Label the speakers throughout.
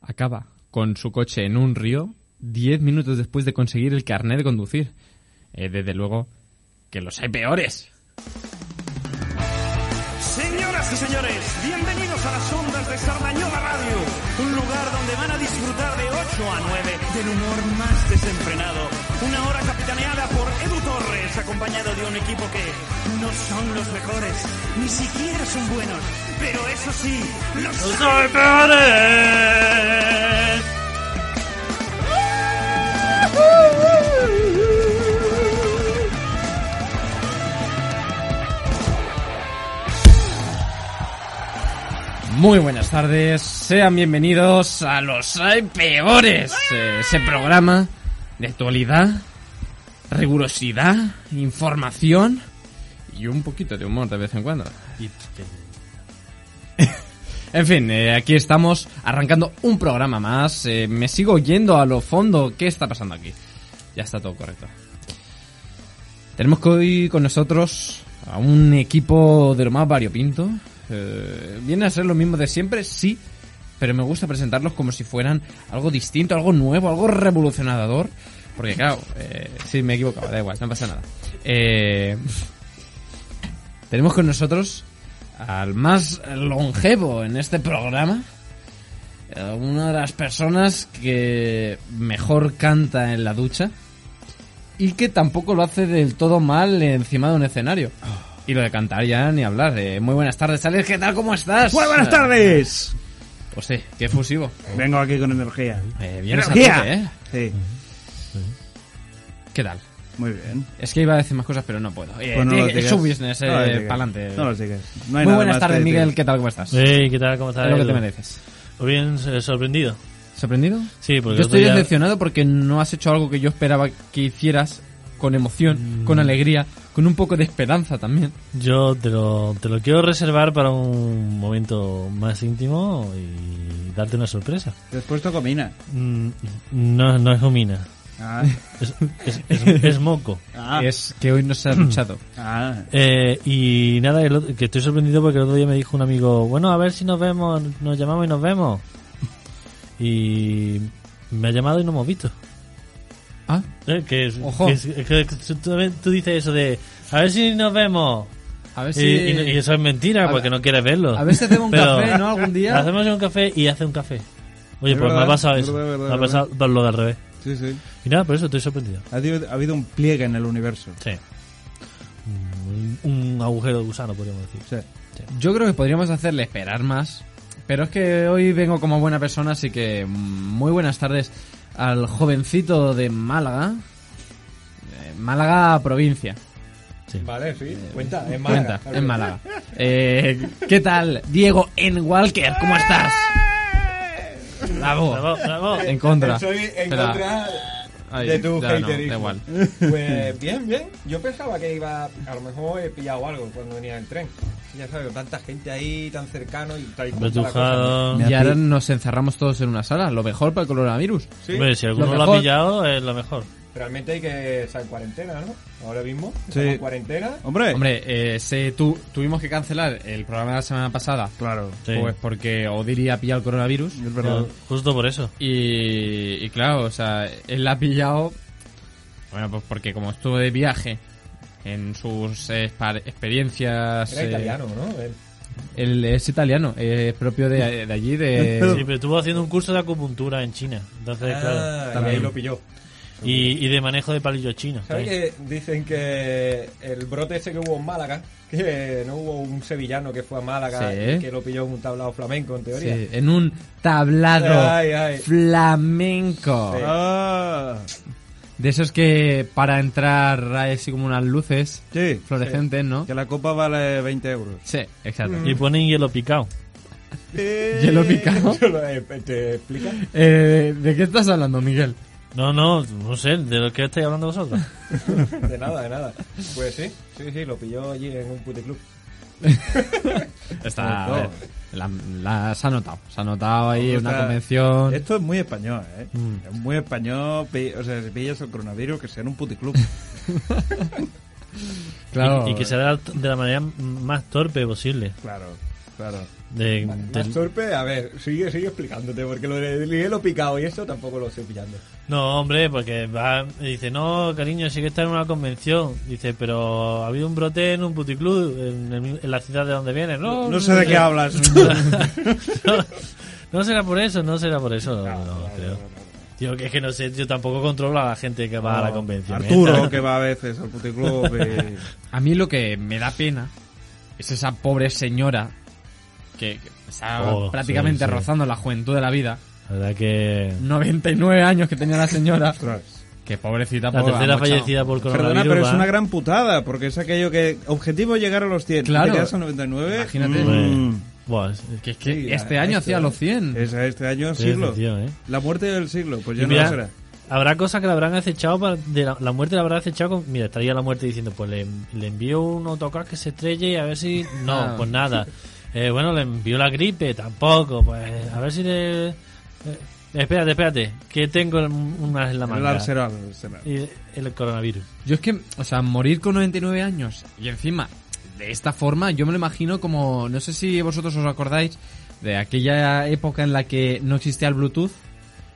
Speaker 1: acaba con su coche en un río 10 minutos después de conseguir el carnet de conducir. Eh, desde luego que los hay peores.
Speaker 2: Señoras y señores, bienvenidos a las ondas de Sardañola Radio, un lugar donde van a disfrutar de 8 a 9 del humor más desenfrenado. Una hora capitaneada por Edu Torres, acompañado de un equipo que no son los mejores, ni siquiera son buenos, pero eso sí, los hay peores.
Speaker 1: Muy buenas tardes, sean bienvenidos a Los Hay Peores, eh, ese programa de actualidad, rigurosidad, información y un poquito de humor de vez en cuando. En fin, eh, aquí estamos arrancando un programa más. Eh, me sigo yendo a lo fondo. ¿Qué está pasando aquí? Ya está todo correcto. Tenemos que hoy con nosotros a un equipo de lo más variopinto. Eh, vienen a ser los mismos de siempre, sí, pero me gusta presentarlos como si fueran algo distinto, algo nuevo, algo revolucionador. Porque claro, eh, sí, me he equivocado, da igual, no pasa nada. Eh, tenemos con nosotros al más longevo en este programa, eh, una de las personas que mejor canta en la ducha y que tampoco lo hace del todo mal encima de un escenario. Y lo de cantar ya ni hablar. Eh, muy buenas tardes, Alex, ¿qué tal? ¿Cómo estás?
Speaker 3: Muy buenas tardes.
Speaker 1: Pues sí, qué fusivo.
Speaker 3: Vengo aquí con energía.
Speaker 1: Eh, vienes a
Speaker 3: ¡Energía!
Speaker 1: tope, ¿eh?
Speaker 3: Sí,
Speaker 1: ¿Qué tal?
Speaker 3: muy bien.
Speaker 1: Es que iba a decir más cosas, pero no puedo. Eh,
Speaker 3: Pues no
Speaker 1: tiene
Speaker 3: lo
Speaker 1: que-
Speaker 3: digas.
Speaker 1: show business, eh,
Speaker 3: No lo digas.
Speaker 1: pa'lante.
Speaker 3: No lo digas. No hay
Speaker 1: muy
Speaker 3: nada
Speaker 1: buenas
Speaker 3: más
Speaker 1: tardes,
Speaker 3: que decir.
Speaker 1: Miguel, ¿qué tal? ¿Cómo estás?
Speaker 4: Hey, ¿qué tal? ¿Cómo estás?
Speaker 1: es lo que te
Speaker 4: Edu?
Speaker 1: mereces.
Speaker 4: Pues bien, eh, sorprendido.
Speaker 1: ¿Sorprendido?
Speaker 4: Sí, pues porque
Speaker 1: yo
Speaker 4: el otro
Speaker 1: estoy
Speaker 4: día-
Speaker 1: decepcionado porque no has hecho algo que yo esperaba que hicieras con emoción,
Speaker 4: Mm.
Speaker 1: con alegría, con un poco de esperanza también.
Speaker 4: Yo te lo, te lo quiero reservar para un momento más íntimo y darte una sorpresa.
Speaker 3: Te has puesto comina.
Speaker 4: Mm, No, no es humina,
Speaker 3: Ah,
Speaker 4: es, es- es- es moco.
Speaker 3: ah,
Speaker 1: Es que hoy no se ha luchado.
Speaker 3: ah.
Speaker 4: Eh, y nada, el otro- que estoy sorprendido porque el otro día me dijo un amigo, bueno, a ver si nos vemos, nos llamamos y nos vemos. Y me ha llamado y no hemos visto.
Speaker 1: ah,
Speaker 4: Eh, que es,
Speaker 1: Ojo.
Speaker 4: que es- que- que tú, tú dices eso de, a ver si nos vemos.
Speaker 1: a ver
Speaker 4: Y,
Speaker 1: si...
Speaker 4: y- y eso es mentira,
Speaker 1: A
Speaker 4: porque
Speaker 1: ver-
Speaker 4: no quieres verlo.
Speaker 1: A ver si hacemos un
Speaker 4: Pero-
Speaker 1: café, ¿no? Algún día.
Speaker 4: Hacemos un café y hace un café. Oye,
Speaker 3: Es
Speaker 4: pues me ha
Speaker 3: verdad,
Speaker 4: pasado
Speaker 3: es
Speaker 4: eso.
Speaker 3: verdad, verdad,
Speaker 4: me ha
Speaker 3: verdad.
Speaker 4: pasado lo de al revés.
Speaker 3: Sí, sí.
Speaker 4: Y nada, por eso estoy sorprendido.
Speaker 3: Ha habido, ha habido un pliegue en el universo.
Speaker 4: Sí. Un, un agujero de gusano, podríamos decir.
Speaker 3: Sí.
Speaker 1: Yo creo que podríamos hacerle esperar más. Pero es que hoy vengo como buena persona, así que mm, muy buenas tardes al jovencito de Málaga. Eh, Málaga provincia.
Speaker 4: Sí.
Speaker 5: Vale, sí.
Speaker 3: eh,
Speaker 5: Cuenta, es
Speaker 1: Cuenta,
Speaker 5: Málaga.
Speaker 1: en Málaga. Eh, ¿Qué tal? Diego en Walker, ¿cómo estás? Bravo.
Speaker 4: Bravo, bravo.
Speaker 1: En contra.
Speaker 5: Soy en
Speaker 1: Espera.
Speaker 5: contra
Speaker 1: Ay,
Speaker 5: de tu
Speaker 1: ya no,
Speaker 5: haterismo.
Speaker 1: da igual.
Speaker 5: Pues bien, bien. Yo pensaba que iba, a lo mejor he pillado algo cuando venía en tren. Ya sabes, tanta gente ahí, tan cercano y tal y cual.
Speaker 4: Retujado.
Speaker 3: Me
Speaker 1: Y
Speaker 3: ha
Speaker 1: ahora
Speaker 3: pi-
Speaker 1: nos encerramos todos en una sala, lo mejor para el coronavirus.
Speaker 5: Sí,
Speaker 4: Hombre, si alguno
Speaker 1: Lo
Speaker 4: lo,
Speaker 1: mejor-
Speaker 4: ha pillado, es lo mejor.
Speaker 5: realmente hay que estar en cuarentena, ¿no? Ahora mismo,
Speaker 3: Sí.
Speaker 5: estamos en cuarentena.
Speaker 3: Hombre.
Speaker 1: Hombre, eh, sé tú, tuvimos que cancelar el programa de la semana pasada,
Speaker 3: Claro.
Speaker 4: Sí.
Speaker 1: pues porque Odiri ha pillado el coronavirus.
Speaker 3: Es verdad.
Speaker 4: Pero Justo por eso.
Speaker 1: Y, y claro, o sea, él la ha pillado. Bueno, pues porque como estuvo de viaje en sus eh, par- experiencias.
Speaker 5: Era
Speaker 1: eh,
Speaker 5: italiano, ¿no? Él.
Speaker 1: Él es italiano, es propio de, de allí,
Speaker 4: Sí,
Speaker 1: de...
Speaker 4: pero estuvo haciendo un curso de acupuntura en China. Entonces,
Speaker 5: Ah,
Speaker 4: claro.
Speaker 5: y
Speaker 1: también.
Speaker 5: ahí lo pilló.
Speaker 4: Y, y de manejo de palillos chinos.
Speaker 5: ¿Sabes
Speaker 4: también.
Speaker 5: que dicen que el brote ese que hubo en Málaga, que no hubo un sevillano que fue a Málaga
Speaker 1: Sí.
Speaker 5: y que lo pilló en un tablado flamenco, en teoría?
Speaker 1: Sí, en un tablado
Speaker 5: Ay, ay.
Speaker 1: flamenco.
Speaker 5: Sí.
Speaker 3: Ah,
Speaker 1: De esos que para entrar hay así como unas luces
Speaker 3: sí.
Speaker 1: fluorescentes, ¿no?
Speaker 3: Que la copa vale 20 euros.
Speaker 1: Sí, exacto.
Speaker 5: Mm.
Speaker 4: Y ponen hielo picado.
Speaker 1: Hielo picado.
Speaker 5: Yo lo- eh, ¿Te explica?
Speaker 1: Eh, ¿De qué estás hablando, Miguel?
Speaker 4: No, no, no sé, de lo que estáis hablando vosotros.
Speaker 5: De nada, de nada. Pues sí, sí, sí, lo pilló allí en un puticlub.
Speaker 1: Está...
Speaker 5: Oh.
Speaker 3: Sobre todo.
Speaker 1: la, la- se ha notado, se ha notado ahí
Speaker 3: O
Speaker 1: una
Speaker 3: sea,
Speaker 1: convención.
Speaker 3: Esto es muy español, ¿eh?
Speaker 4: Mm.
Speaker 3: Es muy español. pi- O sea, si pillas el coronavirus, que sea en un puticlub.
Speaker 1: Claro.
Speaker 4: Y, y que se haga de la manera más torpe posible.
Speaker 3: claro.
Speaker 5: claro.
Speaker 4: De-
Speaker 5: Más
Speaker 4: del-
Speaker 5: torpe, a ver, sigue, sigue explicándote, porque lo del hielo picado y esto tampoco lo estoy pillando.
Speaker 4: No, hombre, porque va, dice, no, cariño, sí que está en una convención. Dice, pero ha habido un brote en un puticlub en, el- en la ciudad de donde viene. No,
Speaker 6: No sé de qué hablas.
Speaker 4: no, no será por eso, no será por eso. No, no, creo. Tío, que es que no sé, yo tampoco controlo a la gente que va a la convención. ¿eh?
Speaker 6: Arturo, que va a veces al puticlub. y-
Speaker 1: A mí lo que me da pena es esa pobre señora que que está
Speaker 4: Oh,
Speaker 1: prácticamente
Speaker 4: sí, sí.
Speaker 1: rozando la juventud de la vida.
Speaker 4: La verdad que...
Speaker 1: 99 años que tenía la señora.
Speaker 6: Ostras.
Speaker 1: que pobrecita.
Speaker 4: La
Speaker 1: pobre,
Speaker 4: tercera
Speaker 1: ha mochado.
Speaker 4: fallecida por coronavirus.
Speaker 6: Perdona, pero es
Speaker 4: va.
Speaker 6: una gran putada, porque es aquello que... Objetivo llegar a los 100.
Speaker 1: Claro.
Speaker 6: Te quedas a 99.
Speaker 1: Imagínate.
Speaker 6: mm,
Speaker 4: pues, Buah, es-
Speaker 1: Que es que
Speaker 6: Sí,
Speaker 1: este
Speaker 6: ya,
Speaker 1: año
Speaker 6: este
Speaker 1: hacía
Speaker 6: año.
Speaker 1: los 100.
Speaker 6: es a este año
Speaker 4: Sí,
Speaker 6: siglo.
Speaker 4: tío, ¿eh?
Speaker 6: La muerte del siglo, pues
Speaker 4: Y
Speaker 6: ya
Speaker 4: mira,
Speaker 6: no será.
Speaker 4: habrá cosas que la habrán acechado para- de la, la muerte la habrá acechado con, mira estaría la muerte diciendo pues le, le envío un autocar que se estrelle y a ver si no
Speaker 1: Ah.
Speaker 4: pues nada Eh, bueno le envío la gripe tampoco pues a ver si le eh, espérate espérate que tengo un- unas en la
Speaker 6: El
Speaker 4: manga
Speaker 6: Arsenal. el Arsenal.
Speaker 4: Y el coronavirus
Speaker 1: Yo es que, o sea, morir con 99 años y encima de esta forma, yo me lo imagino como, no sé si vosotros os acordáis de aquella época en la que no existía el Bluetooth,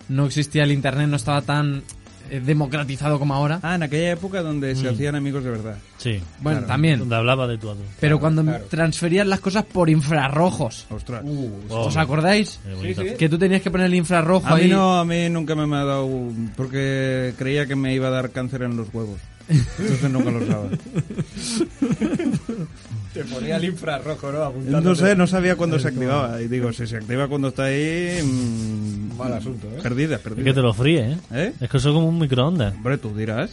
Speaker 1: no existía el Internet, no estaba tan eh, democratizado como ahora.
Speaker 6: Ah, en aquella época donde se hacían amigos de verdad.
Speaker 4: sí
Speaker 1: bueno,
Speaker 6: claro.
Speaker 1: también.
Speaker 4: donde hablaba de tu atu
Speaker 1: Pero cuando
Speaker 5: claro.
Speaker 1: transferían las cosas por infrarrojos.
Speaker 6: Ostras.
Speaker 5: Uh, Oh.
Speaker 4: Oh,
Speaker 1: ¿Os acordáis?
Speaker 5: sí.
Speaker 1: Que tú tenías que poner el infrarrojo
Speaker 6: a mí
Speaker 1: ahí.
Speaker 6: no, a mí nunca me ha dado... un- Porque creía que me iba a dar cáncer en los huevos. Entonces nunca lo daba.
Speaker 5: Te ponía el infrarrojo, ¿no? Apuntándote.
Speaker 6: No sé, no sabía cuándo se activaba. Y digo, si se activa cuando está ahí... mm,
Speaker 5: Mal asunto, ¿eh?
Speaker 6: Perdida,
Speaker 4: es que te
Speaker 6: perdida.
Speaker 4: lo fríe ¿eh?
Speaker 6: ¿Eh?
Speaker 4: es que eso es como un microondas
Speaker 6: Hombre, tú dirás.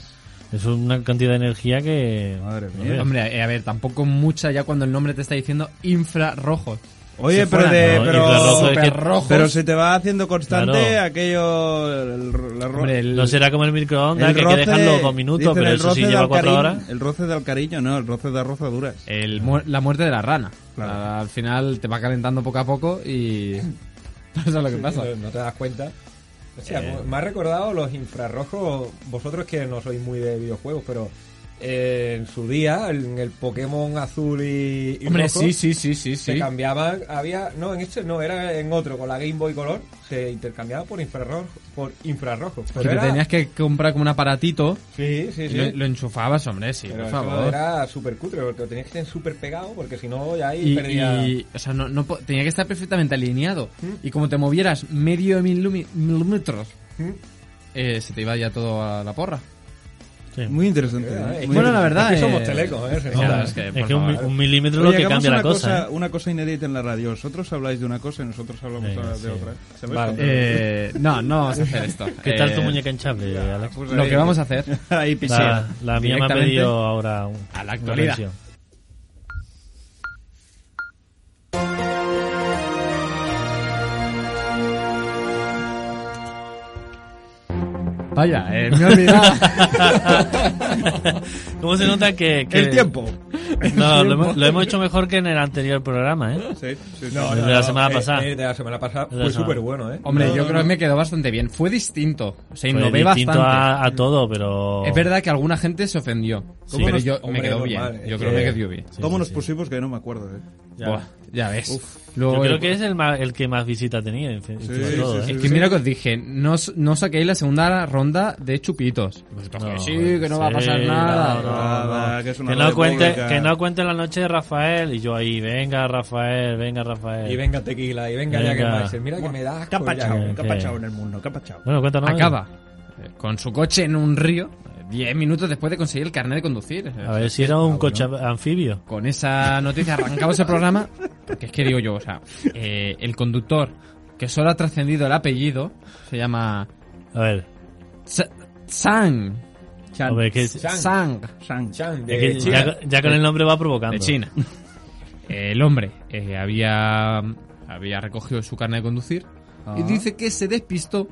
Speaker 4: es una cantidad de energía que
Speaker 6: Madre
Speaker 4: no
Speaker 6: mía.
Speaker 4: veas.
Speaker 1: Hombre, eh, a ver, tampoco mucha ya cuando el nombre te está diciendo infrarrojos.
Speaker 6: Oye,
Speaker 1: Si
Speaker 6: pero,
Speaker 1: fueran,
Speaker 6: de-
Speaker 4: ¿no?
Speaker 6: pero,
Speaker 4: Infrarrojo es que-
Speaker 6: superrojos. pero se te va haciendo constante
Speaker 4: Claro.
Speaker 6: aquello... el- la ro-
Speaker 1: Hombre, el-
Speaker 4: no será como el microondas
Speaker 6: el
Speaker 4: que hay que dejarlo dos minutos
Speaker 6: dicen
Speaker 4: pero
Speaker 6: el
Speaker 4: eso sí
Speaker 6: roce de
Speaker 4: lleva cuatro
Speaker 6: Alcarín-
Speaker 4: horas Eh,
Speaker 6: El roce del cariño, no, el roce de rozaduras.
Speaker 1: El muer- la muerte de la rana.
Speaker 6: Claro.
Speaker 1: Al- Al final te va calentando poco a poco y pasa lo que pasa.
Speaker 5: No, no te das cuenta. O sea,
Speaker 1: Eh.
Speaker 5: me ha recordado los infrarrojos, vosotros que no sois muy de videojuegos, pero eh, en su día, en el Pokémon azul y, y
Speaker 1: Hombre,
Speaker 5: rojo,
Speaker 1: sí, sí, sí, sí,
Speaker 5: se
Speaker 1: sí.
Speaker 5: cambiaban, había, no, en este no, era en otro, con la Game Boy Color, se intercambiaba por infrarrojo, por infrarrojo.
Speaker 1: Que
Speaker 5: Pero
Speaker 1: te
Speaker 5: era,
Speaker 1: tenías que comprar como un aparatito
Speaker 5: Sí, sí,
Speaker 1: y
Speaker 5: sí.
Speaker 1: lo, lo enchufabas, hombre, sí,
Speaker 5: pero
Speaker 1: por
Speaker 5: eso
Speaker 1: favor.
Speaker 5: era súper cutre, porque lo tenías que tener súper pegado, porque si no, ya ahí
Speaker 1: Y,
Speaker 5: perdía...
Speaker 1: y, o sea, no, no po- tenía que estar perfectamente alineado. Y como te movieras medio milumi- milímetros,
Speaker 5: ¿Mm?
Speaker 1: eh, se te iba ya todo a la porra.
Speaker 4: Sí.
Speaker 6: Muy interesante.
Speaker 5: Eh,
Speaker 6: ¿eh?
Speaker 5: eh,
Speaker 6: Muy
Speaker 1: Bueno, la
Speaker 6: interesante.
Speaker 1: verdad.
Speaker 5: Es que somos
Speaker 1: eh,
Speaker 5: telecos, ¿eh?
Speaker 1: claro,
Speaker 5: Ahora,
Speaker 1: es que,
Speaker 4: Es
Speaker 1: por
Speaker 4: que un, mi-
Speaker 1: favor.
Speaker 4: un milímetro es
Speaker 6: Oye,
Speaker 4: lo que
Speaker 6: hagamos
Speaker 4: cambia
Speaker 6: una
Speaker 4: la cosa. ¿eh?
Speaker 6: Una cosa inédita en la radio. Vosotros habláis de una cosa y nosotros hablamos
Speaker 4: Venga,
Speaker 6: ahora
Speaker 4: sí.
Speaker 6: de otra. ¿Sabes?
Speaker 5: Vale.
Speaker 1: Eh, no, no vamos a hacer esto.
Speaker 4: Pues, ¿Qué tal tu
Speaker 1: Eh,
Speaker 4: muñeca hinchable, Alex?
Speaker 6: Pues
Speaker 1: Lo
Speaker 6: ahí-
Speaker 1: que vamos a hacer
Speaker 6: Ahí pisé.
Speaker 4: La, la mía me ha
Speaker 1: directamente
Speaker 4: pedido ahora un-
Speaker 1: a la
Speaker 4: una
Speaker 1: actualidad.
Speaker 4: versión.
Speaker 1: Vaya, eh, me he olvidado.
Speaker 4: ¿Cómo se nota que... que-
Speaker 6: El tiempo.
Speaker 4: No, lo, hemos- lo hemos hecho mejor que en el anterior programa, ¿eh?
Speaker 6: Sí, sí, sí.
Speaker 4: El de la semana pasada.
Speaker 5: Eh, eh, de la semana pasada
Speaker 4: de la
Speaker 5: fue
Speaker 4: semana.
Speaker 5: súper bueno, ¿eh?
Speaker 1: Hombre,
Speaker 6: No,
Speaker 1: yo
Speaker 6: no,
Speaker 1: creo que
Speaker 6: no.
Speaker 1: me quedó bastante bien. Fue distinto. O sea,
Speaker 4: Fue
Speaker 1: innové
Speaker 4: Pues distinto
Speaker 1: bastante.
Speaker 4: A, a todo, pero...
Speaker 1: Es verdad que alguna gente se ofendió.
Speaker 4: Sí.
Speaker 1: pero
Speaker 4: nos-
Speaker 1: yo me
Speaker 5: hombre,
Speaker 1: quedó bien.
Speaker 5: normal, es
Speaker 1: yo
Speaker 5: que-
Speaker 1: creo que me quedó bien.
Speaker 4: Sí,
Speaker 6: ¿Cómo
Speaker 4: sí,
Speaker 6: nos
Speaker 4: sí.
Speaker 6: pusimos que no me acuerdo? eh?
Speaker 1: Ya, Buah, ya ves.
Speaker 4: Yo
Speaker 1: Luego,
Speaker 4: creo que es el, ma- el que más visita tenía, en fin- encima de
Speaker 6: sí,
Speaker 4: todo,
Speaker 6: sí,
Speaker 4: ¿eh?
Speaker 1: Es que mira que os dije, no, s- no saquéis la segunda ronda de chupitos.
Speaker 6: Pues
Speaker 1: Vosotros que sí, que no va a pasar
Speaker 4: sí,
Speaker 1: nada.
Speaker 4: no, no,
Speaker 6: Nada,
Speaker 4: no.
Speaker 6: que es una
Speaker 4: Que no
Speaker 6: radio
Speaker 4: cuente,
Speaker 6: pública.
Speaker 4: que no cuente la noche de Rafael. Y yo ahí, venga Rafael, venga Rafael.
Speaker 5: Y venga tequila, y venga,
Speaker 4: Venga.
Speaker 5: ya que más. Mira que me da
Speaker 6: ¿Qué ha
Speaker 5: asco ya.
Speaker 6: pachao?
Speaker 4: que-
Speaker 6: ¿Qué ha pachao en el mundo? ¿Qué ha pachao?
Speaker 4: Bueno, cuéntanos.
Speaker 1: Acaba eh, con su coche en un río, 10 minutos después de conseguir el carnet de conducir.
Speaker 4: A ver si era un coche anfibio.
Speaker 1: con esa noticia arrancamos el programa. Porque es que digo yo, o sea, eh, el conductor que solo ha trascendido el apellido se llama
Speaker 4: A ver,
Speaker 1: Sa- Sang.
Speaker 4: a ver, que...
Speaker 5: Sang.
Speaker 1: Sang.
Speaker 6: Shang.
Speaker 5: Chan, de
Speaker 4: Es que
Speaker 5: China.
Speaker 4: ya, ya con el nombre va provocando.
Speaker 1: De China. El hombre eh, había, había recogido su carnet de conducir y dice que se despistó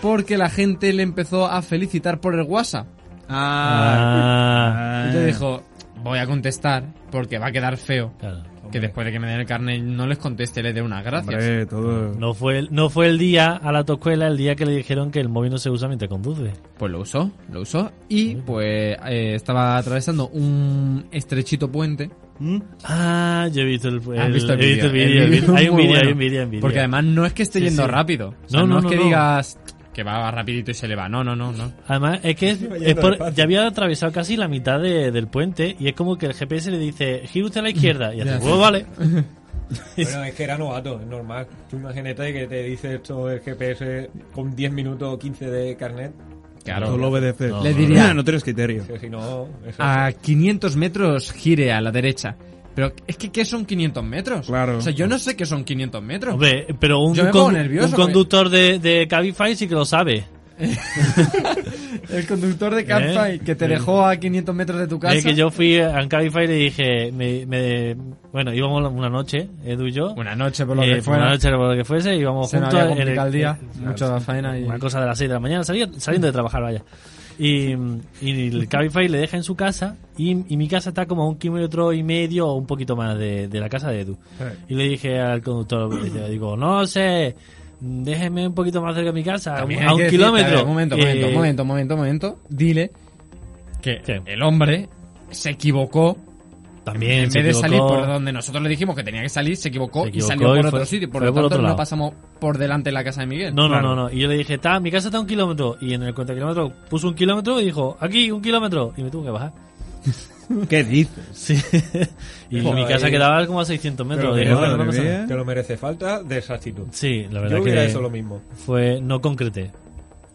Speaker 1: porque la gente le empezó a felicitar por el WhatsApp.
Speaker 6: Ah.
Speaker 4: Ah,
Speaker 1: Y le dijo, voy a contestar porque va a quedar feo
Speaker 4: Claro.
Speaker 1: que después de que me den el carnet no les conteste, les dé unas gracias.
Speaker 3: Hombre, todo.
Speaker 4: No fue, el, no fue el día a la toscuela el día que le dijeron que el móvil no se usa mientras conduce.
Speaker 1: Pues lo usó, lo usó y pues eh, estaba atravesando un estrechito puente.
Speaker 3: ¿Mm?
Speaker 4: Ah, yo he visto el,
Speaker 1: ¿Has
Speaker 4: el-
Speaker 1: visto el
Speaker 4: he visto el
Speaker 1: vídeo?
Speaker 4: vídeo,
Speaker 1: El
Speaker 4: he visto-
Speaker 1: vídeo
Speaker 4: Hay
Speaker 1: es
Speaker 4: un
Speaker 1: muy
Speaker 4: vídeo,
Speaker 1: bueno.
Speaker 4: hay un vídeo, hay un vídeo.
Speaker 1: Porque además no es que esté
Speaker 4: Sí,
Speaker 1: yendo
Speaker 4: sí.
Speaker 1: rápido. O sea,
Speaker 4: No,
Speaker 1: no,
Speaker 4: no,
Speaker 1: es
Speaker 4: no,
Speaker 1: que
Speaker 4: no.
Speaker 1: digas que va rapidito y se le va. No, no, no, no.
Speaker 4: Además, es que es-
Speaker 5: Iba
Speaker 4: es
Speaker 5: yendo
Speaker 4: por-
Speaker 5: despacio.
Speaker 4: ya había atravesado casi la mitad de- del puente y es como que el GPS le dice, gira usted a la izquierda. Y hace,
Speaker 1: Ya, sí.
Speaker 4: "Bueno, vale.
Speaker 5: Bueno, es que era novato, es normal. Tú imagínate que te dice esto el GPS con 10 minutos o 15 de carnet.
Speaker 1: Claro.
Speaker 3: Tú lo obedeces.
Speaker 4: No,
Speaker 1: Le diría-
Speaker 3: Ah, No tienes criterio.
Speaker 5: Que si no, eso
Speaker 1: A 500 metros gire a la derecha. Pero es que ¿qué son 500 metros?
Speaker 3: Claro.
Speaker 1: O sea, yo no sé qué son 500 metros.
Speaker 4: Hombre, pero un,
Speaker 1: Yo me pongo
Speaker 4: con-
Speaker 1: nervioso,
Speaker 4: un
Speaker 1: porque-
Speaker 4: conductor de, de Cabify sí que lo sabe.
Speaker 1: El conductor de
Speaker 4: Cabify
Speaker 1: Cabify
Speaker 4: Eh,
Speaker 1: que te
Speaker 4: eh.
Speaker 1: dejó a 500 metros de tu casa.
Speaker 4: Es que yo fui a Cabify y le dije, me- me- bueno, íbamos una noche, Edu y yo.
Speaker 1: Una noche por lo
Speaker 4: Eh,
Speaker 1: que
Speaker 4: por
Speaker 1: fuera.
Speaker 4: una noche, por lo que fuese, íbamos
Speaker 1: se me
Speaker 4: juntos.
Speaker 1: había
Speaker 4: en
Speaker 1: complicado el día.
Speaker 4: en-
Speaker 1: Mucha faena y...
Speaker 4: Una cosa de las 6 de la mañana, salía- saliendo de trabajar, vaya. Y, y el Cabify le deja en su casa y, y mi casa está como a un kilómetro y medio o un poquito más de, de la casa de Edu. Y le dije al conductor, le digo, no sé, déjeme un poquito más cerca de mi casa, a un,
Speaker 1: También hay
Speaker 4: a un
Speaker 1: que decirte,
Speaker 4: kilómetro.
Speaker 1: a ver, momento, momento,
Speaker 4: Eh,
Speaker 1: momento, momento, momento. Dile que
Speaker 4: ¿Qué?
Speaker 1: el hombre se equivocó.
Speaker 4: También
Speaker 1: en
Speaker 4: se
Speaker 1: vez de salir
Speaker 4: equivocó.
Speaker 1: por donde nosotros le dijimos que tenía que salir, se equivocó,
Speaker 4: Se
Speaker 1: y
Speaker 4: equivocó
Speaker 1: salió por
Speaker 4: y
Speaker 1: otro
Speaker 4: fue-
Speaker 1: sitio. Por
Speaker 4: fue
Speaker 1: lo
Speaker 4: por
Speaker 1: tanto,
Speaker 4: otro
Speaker 1: no
Speaker 4: lado.
Speaker 1: pasamos por delante de la casa de Miguel.
Speaker 4: No, no,
Speaker 1: Claro.
Speaker 4: no, no. Y yo le dije, está, mi casa está a un kilómetro. Y en el cuenta kilómetro puso un kilómetro y dijo, aquí, un kilómetro. Y me tuvo que bajar.
Speaker 3: ¿Qué dices?
Speaker 4: Sí. y
Speaker 5: Pero
Speaker 4: mi casa
Speaker 5: ahí-
Speaker 4: quedaba como a 600 metros.
Speaker 5: Pero
Speaker 4: Digo,
Speaker 5: que-
Speaker 4: bueno, no pasa
Speaker 3: madre
Speaker 4: nada.
Speaker 3: mía.
Speaker 5: te lo merece. Falta de exactitud.
Speaker 4: Sí, la
Speaker 5: Yo
Speaker 4: verdad
Speaker 5: hubiera
Speaker 4: que
Speaker 5: hecho lo mismo.
Speaker 4: fue no concreté.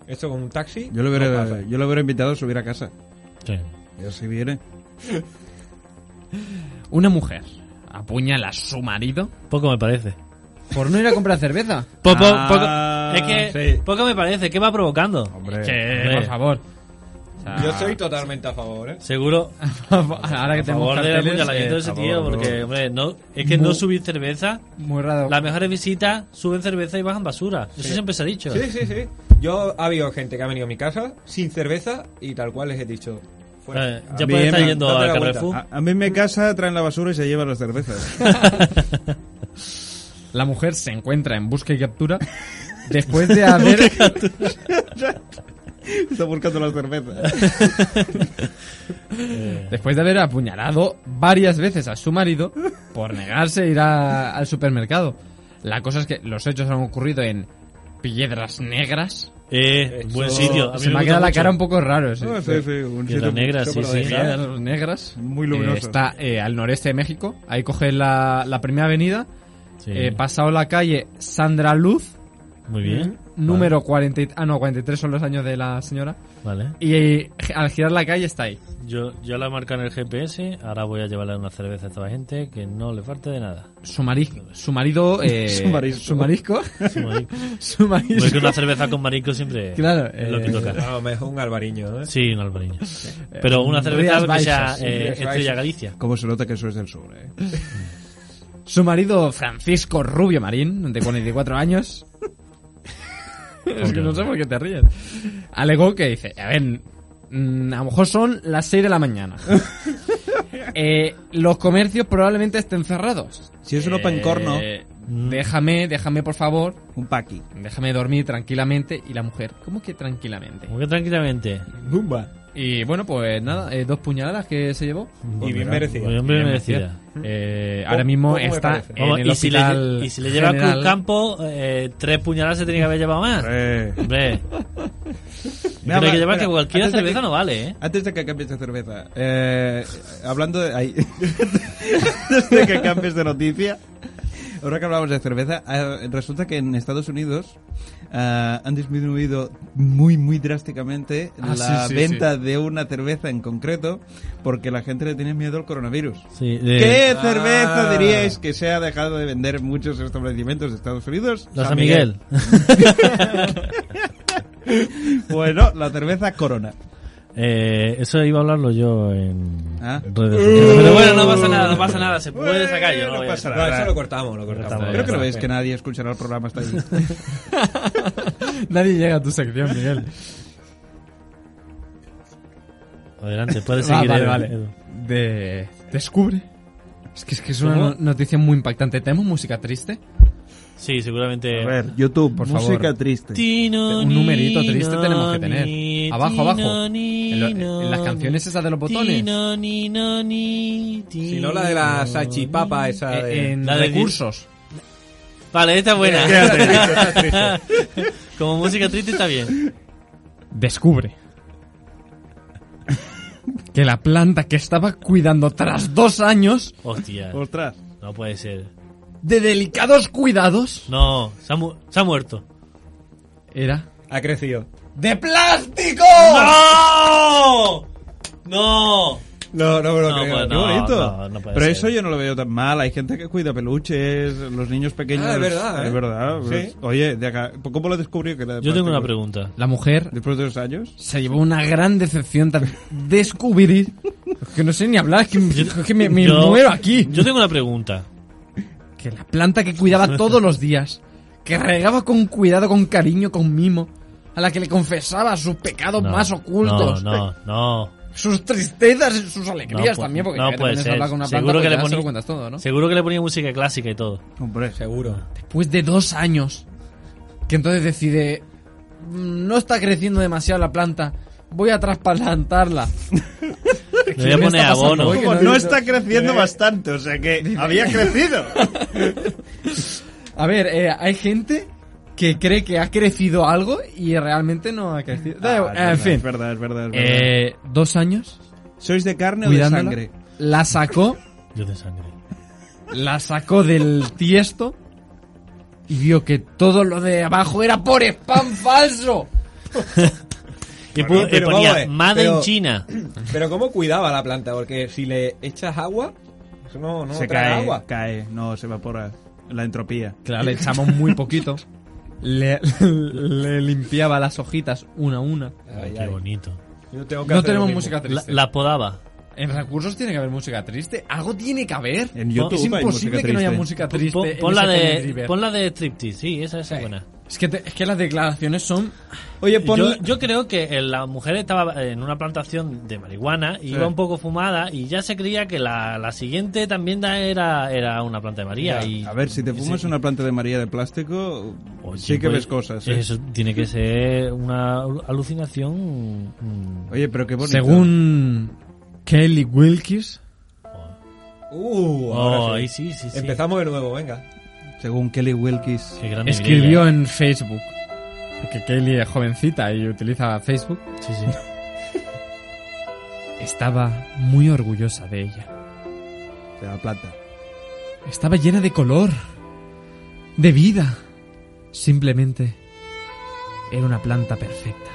Speaker 5: Esto con un taxi.
Speaker 3: Yo lo
Speaker 5: no pasa.
Speaker 3: hubiera, yo lo hubiera invitado a subir a casa. Ya si viene.
Speaker 1: Una mujer apuñala a su marido
Speaker 4: Poco me parece.
Speaker 1: por no ir a comprar cerveza.
Speaker 4: Poco,
Speaker 3: Ah,
Speaker 4: poco. Es que
Speaker 3: sí.
Speaker 4: poco me parece. ¿Qué va provocando?
Speaker 3: Hombre.
Speaker 1: que, por
Speaker 4: hombre.
Speaker 1: favor. O sea,
Speaker 5: Yo estoy totalmente a favor, ¿eh?
Speaker 4: Seguro.
Speaker 1: Ahora que
Speaker 4: A
Speaker 1: tenemos
Speaker 4: favor del
Speaker 1: carteles,
Speaker 4: apuñalamiento de
Speaker 1: eh,
Speaker 4: ese
Speaker 3: favor,
Speaker 4: tío,
Speaker 3: por
Speaker 4: porque,
Speaker 3: favor.
Speaker 4: hombre, no, es que
Speaker 1: Bu-
Speaker 4: no subir cerveza.
Speaker 1: muy raro.
Speaker 4: Las mejores visitas suben cerveza y bajan basura. Eso siempre se ha dicho.
Speaker 5: Sí, sí, sí. Yo ha habido gente que ha venido a mi casa sin cerveza y tal cual les he dicho. Fuera.
Speaker 4: Eh, ya
Speaker 3: Bien,
Speaker 4: puede estar
Speaker 3: date
Speaker 4: yendo
Speaker 5: la
Speaker 4: al
Speaker 5: vuelta.
Speaker 4: Carrefour.
Speaker 6: Ah,
Speaker 3: A, a mí me casa, traen la basura y se llevan las cervezas.
Speaker 1: La mujer se encuentra en busca y captura después de haber
Speaker 3: Está buscando las cervezas.
Speaker 1: Después de haber apuñalado varias veces a su marido por negarse a ir a- al supermercado. La cosa es que los hechos han ocurrido en Piedras Negras.
Speaker 4: Eh,
Speaker 5: Eso-
Speaker 4: buen sitio. A mí
Speaker 1: Se me ha
Speaker 4: gusta
Speaker 1: quedado la
Speaker 4: mucho.
Speaker 1: cara un poco raro. sí.
Speaker 3: No, Ah, sí, sí, un
Speaker 4: Piedra
Speaker 3: sitio-
Speaker 4: Negra, sí,
Speaker 3: soplo de
Speaker 4: sí.
Speaker 3: gas.
Speaker 1: Piedras Negras.
Speaker 3: Muy
Speaker 1: eh,
Speaker 3: luminoso.
Speaker 1: está eh, al noreste de México. Ahí coge la, la primera avenida.
Speaker 4: Sí.
Speaker 1: eh, pasado la calle Sandra Luz.
Speaker 4: Muy bien.
Speaker 1: Número 40, y- ah, no, 43 son los años de la señora.
Speaker 4: Vale.
Speaker 1: Y eh, al girar la calle está ahí.
Speaker 4: Yo, yo la marco en el GPS. Ahora voy a llevarle una cerveza a esta gente que no le falte de nada.
Speaker 1: Su, mari- su marido. eh,
Speaker 3: Su marisco.
Speaker 1: Su marisco.
Speaker 4: Sí, marico.
Speaker 1: su marisco.
Speaker 4: Porque una cerveza con marico siempre
Speaker 1: Claro,
Speaker 4: es lo que
Speaker 1: eh,
Speaker 4: toca.
Speaker 5: No, mejor un albariño, ¿no?
Speaker 4: Sí, un albariño. Pero una cerveza
Speaker 1: Rías
Speaker 4: que sea
Speaker 1: Baixas,
Speaker 4: eh,
Speaker 5: Rías
Speaker 4: Estrella
Speaker 5: Baixas.
Speaker 4: Galicia.
Speaker 3: Cómo se nota que eso es del sur, eh.
Speaker 1: Su marido, Francisco Rubio Marín, de 44 años. es que no sé por qué te ríes. Alegó que dice: A ver, mm, a lo mejor son las 6 de la mañana. Eh, los comercios probablemente estén cerrados.
Speaker 3: Si es un open corno.
Speaker 1: Eh, Déjame, déjame por favor.
Speaker 3: Un paqui.
Speaker 1: Déjame dormir tranquilamente. Y la mujer, ¿cómo que tranquilamente?
Speaker 4: Muy tranquilamente.
Speaker 5: Bumba.
Speaker 1: Y bueno, pues nada, eh, dos puñaladas que se llevó.
Speaker 5: Y bien merecido.
Speaker 4: Muy hombre merecida.
Speaker 1: Eh,
Speaker 5: ¿Cómo-
Speaker 1: ahora mismo
Speaker 5: cómo me
Speaker 1: está
Speaker 5: parece?
Speaker 1: en
Speaker 4: Vamos,
Speaker 1: el
Speaker 4: y, si le,
Speaker 1: hospital.
Speaker 4: y si le lleva a
Speaker 1: general.
Speaker 4: Cruz Campo, eh, tres puñaladas se tenía que haber llevado más.
Speaker 3: Eh.
Speaker 4: Hombre,
Speaker 3: Mira,
Speaker 4: creo que
Speaker 3: va,
Speaker 4: lleva que
Speaker 3: espera,
Speaker 4: cualquier
Speaker 3: antes de
Speaker 4: cerveza
Speaker 3: que-
Speaker 4: no vale, ¿eh?
Speaker 3: Antes de que cambies de cerveza, eh, hablando de. Ahí, antes de que cambies de noticia, ahora que hablamos de cerveza, eh, resulta que en Estados Unidos eh, han disminuido muy, muy drásticamente
Speaker 1: Ah,
Speaker 3: la
Speaker 1: sí, sí,
Speaker 3: venta de una cerveza en concreto porque la gente le tiene miedo al coronavirus.
Speaker 4: Sí,
Speaker 3: ¿Qué
Speaker 5: Ah.
Speaker 3: cerveza diríais que se ha dejado de vender en muchos establecimientos de Estados Unidos?
Speaker 4: La San Miguel.
Speaker 3: Bueno, la cerveza Corona.
Speaker 4: Eh, eso iba a hablarlo yo en
Speaker 3: Ah.
Speaker 4: redes sociales.
Speaker 1: Uh.
Speaker 4: Pero bueno, no pasa nada, no pasa nada. Se puede
Speaker 3: Bueno,
Speaker 4: sacar yo.
Speaker 3: no
Speaker 4: No, voy a-
Speaker 3: pasa
Speaker 5: No,
Speaker 3: nada.
Speaker 5: eso lo cortamos, lo cortamos.
Speaker 4: cortamos.
Speaker 3: Creo que no
Speaker 4: Bueno,
Speaker 3: veis
Speaker 5: ok.
Speaker 3: que nadie escuchará el programa hasta ahí.
Speaker 1: Nadie llega a tu sección, Miguel.
Speaker 4: Eh, Adelante, puedes
Speaker 1: Ah,
Speaker 4: seguir.
Speaker 1: vale,
Speaker 4: Edu,
Speaker 1: vale.
Speaker 4: Edu.
Speaker 1: De... Descubre. Es que es, que es una no- noticia muy impactante. ¿Tenemos música triste?
Speaker 4: Sí, seguramente.
Speaker 6: A ver, YouTube, por
Speaker 1: favor.
Speaker 6: Eh, Música triste.
Speaker 1: Un numerito triste tenemos que tener. Abajo, abajo. En, lo- en las canciones esas de los botones.
Speaker 5: Si no, la de la salchipapa, esa
Speaker 1: Eh,
Speaker 5: de.
Speaker 1: En
Speaker 4: La de-
Speaker 1: recursos.
Speaker 4: Vale, esta es buena.
Speaker 5: Quédate, quédate, quédate.
Speaker 4: Como música triste está bien.
Speaker 1: Descubre. Que la planta que estaba cuidando tras dos años
Speaker 4: Hostia,
Speaker 6: Ostras.
Speaker 4: no puede ser.
Speaker 1: de delicados cuidados
Speaker 4: No, se ha, mu- se ha muerto.
Speaker 1: era
Speaker 5: Ha crecido.
Speaker 1: de plástico.
Speaker 4: ¡No! ¡No!
Speaker 6: No, no me lo
Speaker 4: No,
Speaker 6: creo.
Speaker 4: pues
Speaker 6: Qué
Speaker 4: no,
Speaker 6: bonito.
Speaker 4: no, no puede
Speaker 6: Pero
Speaker 4: ser.
Speaker 6: eso yo no lo veo tan mal. Hay gente que cuida peluches, los niños pequeños.
Speaker 5: Ah, es verdad,
Speaker 6: Es
Speaker 5: ¿eh?
Speaker 6: verdad.
Speaker 5: Sí.
Speaker 6: Pues, Oye, de acá, ¿cómo lo descubrió? Que era de
Speaker 4: Yo tengo
Speaker 6: plástico?
Speaker 4: una pregunta.
Speaker 1: La mujer
Speaker 6: Después de dos años.
Speaker 1: se llevó una gran decepción tras descubrir es que no sé ni hablar, es que, es que me, me
Speaker 4: Yo-
Speaker 1: muero aquí.
Speaker 4: Yo tengo una pregunta.
Speaker 1: Que la planta que cuidaba todos los días, que regaba con cuidado, con cariño, con mimo, a la que le confesaba sus pecados
Speaker 4: No,
Speaker 1: más ocultos,
Speaker 4: No, no,
Speaker 1: sus tristezas y sus
Speaker 4: no.
Speaker 1: alegrías
Speaker 4: pu-
Speaker 1: también, porque
Speaker 4: no
Speaker 1: ya te
Speaker 4: puede
Speaker 1: pones a
Speaker 4: ser.
Speaker 1: hablar con una planta,
Speaker 4: seguro,
Speaker 1: pues
Speaker 4: que le
Speaker 1: ya se lo
Speaker 4: ponía-
Speaker 1: cuentas todo, ¿no?
Speaker 4: seguro que le ponía música clásica y todo.
Speaker 6: Hombre,
Speaker 5: Seguro.
Speaker 1: Después de dos años, que entonces decide, "Mm, no está creciendo demasiado la planta, voy a trasplantarla.
Speaker 4: Le voy a
Speaker 1: me
Speaker 4: poner
Speaker 1: está pasando
Speaker 4: abono.
Speaker 1: hoy?
Speaker 6: Como
Speaker 1: no-
Speaker 6: no está creciendo bastante, o sea que había crecido.
Speaker 1: A ver, eh, hay gente que cree que ha crecido algo y realmente no ha crecido. Da igual,
Speaker 6: Ah,
Speaker 1: en
Speaker 6: es
Speaker 1: fin,
Speaker 6: verdad, es verdad, es verdad. es verdad.
Speaker 1: eh, dos años
Speaker 6: ¿Sois de carne o de
Speaker 1: cuidándola.
Speaker 6: sangre?
Speaker 1: La sacó,
Speaker 4: Yo de sangre.
Speaker 1: la sacó del tiesto y vio que todo lo de abajo era por spam falso.
Speaker 4: Y
Speaker 5: Bueno,
Speaker 4: pu- y
Speaker 5: pero
Speaker 4: ponía
Speaker 5: vamos a ver,
Speaker 4: Made in
Speaker 5: pero-
Speaker 4: China.
Speaker 5: Pero ¿cómo cuidaba la planta? Porque si le echas agua, eso no, no
Speaker 6: se
Speaker 5: trae
Speaker 6: cae,
Speaker 5: agua.
Speaker 6: cae, no, se evapora. La entropía.
Speaker 1: Claro, le echamos muy poquito. Le, le limpiaba las hojitas una a una.
Speaker 5: Ay,
Speaker 4: Qué
Speaker 5: ay.
Speaker 4: bonito.
Speaker 5: Yo tengo que
Speaker 1: No
Speaker 5: hacer lo
Speaker 1: tenemos
Speaker 5: mismo.
Speaker 1: música
Speaker 4: La,
Speaker 1: triste.
Speaker 4: la podaba.
Speaker 1: En recursos tiene que haber música triste. Algo tiene que haber.
Speaker 6: En YouTube
Speaker 1: es
Speaker 6: hay
Speaker 1: imposible
Speaker 6: música
Speaker 1: que no haya
Speaker 6: triste.
Speaker 1: música
Speaker 4: Pon-
Speaker 1: triste.
Speaker 4: pon-
Speaker 1: en
Speaker 4: pon la
Speaker 1: ese Tomb
Speaker 4: de,
Speaker 1: Raider.
Speaker 4: pon la de Striptease, sí, esa, esa es buena.
Speaker 1: Es que, te- es que las declaraciones son.
Speaker 6: Oye, pon...
Speaker 4: Yo, yo creo que eh, la mujer estaba en una plantación de marihuana, iba un poco fumada y ya se creía que la, la siguiente también da- era, era una planta de María. y-
Speaker 6: A ver, si te fumas
Speaker 4: sí.
Speaker 6: una planta de María de plástico,
Speaker 4: Oye,
Speaker 6: sí que
Speaker 4: pues,
Speaker 6: ves cosas. ¿eh?
Speaker 4: Eso tiene que ser una alucinación. mm,
Speaker 6: Oye, pero qué bonito.
Speaker 1: Según Kelly Wilkes,
Speaker 5: Uh,
Speaker 4: Oh,
Speaker 5: ahora
Speaker 4: ahí
Speaker 5: sí.
Speaker 4: sí, sí, sí.
Speaker 5: Empezamos de nuevo, venga.
Speaker 6: Según Kelly Wilkes.
Speaker 4: Qué grande
Speaker 1: escribió
Speaker 4: Mireia.
Speaker 1: en Facebook. Porque Kelly es jovencita y utiliza Facebook.
Speaker 4: Sí, sí.
Speaker 1: Estaba muy orgullosa de ella.
Speaker 6: De la planta.
Speaker 1: Estaba llena de color, de vida. Simplemente era una planta perfecta.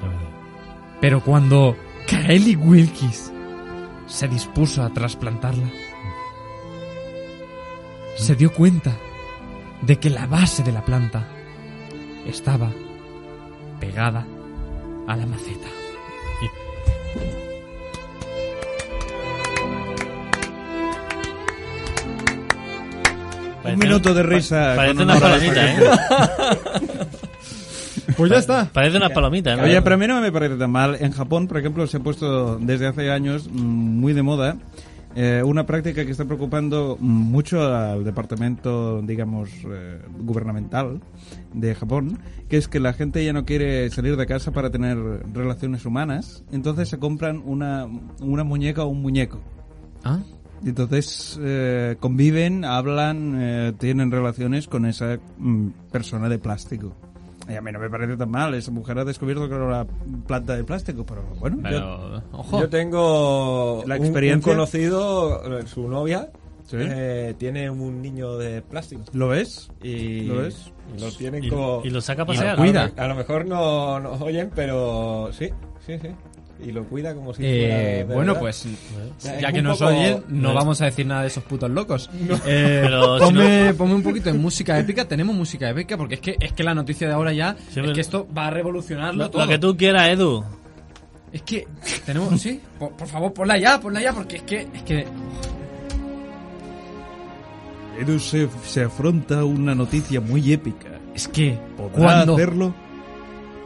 Speaker 4: la verdad.
Speaker 1: Pero cuando Kelly Wilkes se dispuso a trasplantarla, se dio cuenta de que la base de la planta estaba pegada a la maceta.
Speaker 4: Parece-
Speaker 6: minuto de risa
Speaker 4: pa- Parece
Speaker 6: con
Speaker 4: una
Speaker 6: honor a la
Speaker 4: palomita, ¿eh?
Speaker 1: Pues ya está.
Speaker 4: Parece una palomita, ¿no?
Speaker 6: Oye, pero a mí no me parece tan mal. En Japón, por ejemplo, se ha puesto desde hace años mm, muy de moda eh, una práctica que está preocupando mucho al departamento, digamos, eh, gubernamental de Japón, que es que la gente ya no quiere salir de casa para tener relaciones humanas, entonces se compran una, una muñeca o un muñeco.
Speaker 1: ¿Ah?
Speaker 6: Y entonces eh, conviven, hablan, eh, tienen relaciones con esa mm, persona de plástico. Y a mí no me parece tan mal, esa mujer ha descubierto que era una planta de plástico, pero bueno,
Speaker 1: Pero, ojo.
Speaker 5: Yo tengo
Speaker 6: La
Speaker 5: un-
Speaker 6: experiencia.
Speaker 5: un, conocido, eh, su novia,
Speaker 6: Sí.
Speaker 5: eh, tiene un niño de plástico.
Speaker 6: yo- ¿lo es?
Speaker 5: Y
Speaker 6: ¿Lo es?
Speaker 5: y lo tienen
Speaker 4: Y-
Speaker 5: como...
Speaker 4: y lo saca a
Speaker 5: a
Speaker 4: pasear.
Speaker 5: lo-
Speaker 1: cuida.
Speaker 5: A lo mejor no nos oyen, pero sí, sí, sí. Y lo cuida como si fuera
Speaker 1: Eh,
Speaker 5: de
Speaker 1: bueno,
Speaker 5: verdad. Eh,
Speaker 1: pues
Speaker 5: Es
Speaker 1: ya que
Speaker 5: un
Speaker 1: nos
Speaker 5: poco-
Speaker 1: oyen, no
Speaker 4: no.
Speaker 1: vamos a decir nada de esos putos locos. Eh,
Speaker 4: Pero si
Speaker 1: ponme, ponme un poquito de música épica. Tenemos música épica porque es que, es que la noticia de ahora ya
Speaker 4: Sí,
Speaker 1: es
Speaker 4: pero-
Speaker 1: que esto va a revolucionarlo
Speaker 4: Lo,
Speaker 1: todo.
Speaker 4: lo que tú quieras, Edu.
Speaker 1: Es que tenemos, sí, por, por favor, ponla ya, ponla ya, porque es que, es que
Speaker 6: Edu se, se afronta una noticia muy épica.
Speaker 1: Es que
Speaker 6: ¿Podrá
Speaker 1: cuando,
Speaker 6: hacerlo?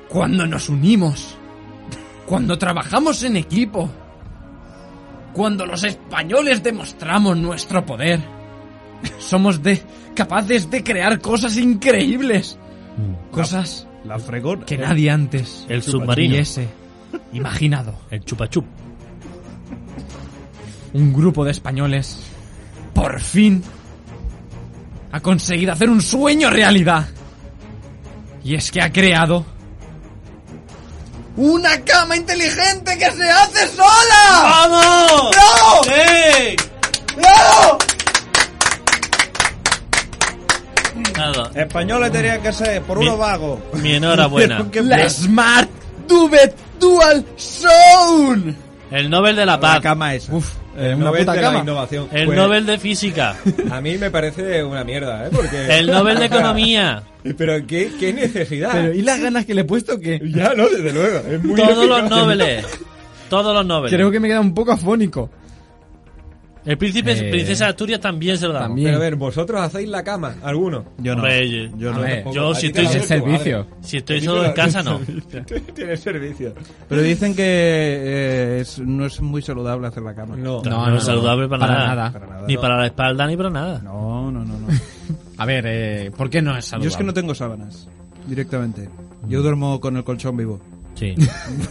Speaker 1: cuando nos unimos, Cuando trabajamos en equipo. Cuando los españoles demostramos nuestro poder. Somos de capaces de crear cosas increíbles. Cosas
Speaker 6: La fregona.
Speaker 1: que nadie antes
Speaker 4: Mm. Ah, El submarino.
Speaker 1: hubiese imaginado.
Speaker 4: El chupachup.
Speaker 1: un grupo de españoles por fin ha conseguido hacer un sueño realidad. Y es que ha creado una cama inteligente que se hace sola.
Speaker 4: ¡Vamos!
Speaker 1: ¡Bravo!
Speaker 4: ¡Sí!
Speaker 1: ¡Bravo!
Speaker 4: Nada.
Speaker 6: Españoles tenían que ser por uno
Speaker 4: Mi-
Speaker 6: vago.
Speaker 4: Mi enhorabuena.
Speaker 6: Qué
Speaker 1: La
Speaker 6: feo.
Speaker 1: Smart Duvet Dual Zone.
Speaker 4: El Nobel de la
Speaker 6: La
Speaker 4: Paz.
Speaker 6: cama eh, esa.
Speaker 1: Uf,
Speaker 5: El
Speaker 1: una
Speaker 5: Nobel
Speaker 1: puta
Speaker 5: de Eh, la
Speaker 1: cama.
Speaker 5: innovación.
Speaker 4: El
Speaker 5: Pues,
Speaker 4: Nobel de Física.
Speaker 5: A mí me parece una mierda, ¿eh? Porque...
Speaker 4: El Nobel de Economía.
Speaker 5: Pero qué, qué necesidad.
Speaker 1: Pero ¿y las ganas que le he puesto que
Speaker 5: Ya, no, desde luego. Es muy
Speaker 4: Todos los
Speaker 5: eficaz.
Speaker 4: nobles. Todos los nobles.
Speaker 1: creo que me queda un poco afónico?
Speaker 4: El príncipe,
Speaker 1: Eh,
Speaker 4: princesa de Asturias también se lo damos.
Speaker 1: También.
Speaker 5: Pero a ver, vosotros hacéis la cama, alguno.
Speaker 6: Yo no.
Speaker 4: Hombre, yo-
Speaker 6: Yo
Speaker 1: A
Speaker 6: no.
Speaker 1: ver,
Speaker 5: tampoco.
Speaker 4: yo
Speaker 5: A
Speaker 4: si
Speaker 5: ti
Speaker 4: estoy-
Speaker 5: te la
Speaker 1: el
Speaker 5: haces tú, madre.
Speaker 1: servicio.
Speaker 4: Si estoy solo en casa, no.
Speaker 5: Tienes servicio.
Speaker 6: Pero dicen que eh, es- no es muy saludable hacer la cama.
Speaker 5: No.
Speaker 4: No, es saludable para,
Speaker 1: para
Speaker 4: nada.
Speaker 1: nada.
Speaker 5: Para nada.
Speaker 4: Ni para la espalda, ni para nada.
Speaker 6: No, no, no. no.
Speaker 1: A ver, eh, ¿por qué no es saludable?
Speaker 6: Yo es que no tengo sábanas. Directamente. Yo duermo con el colchón vivo.
Speaker 4: Sí.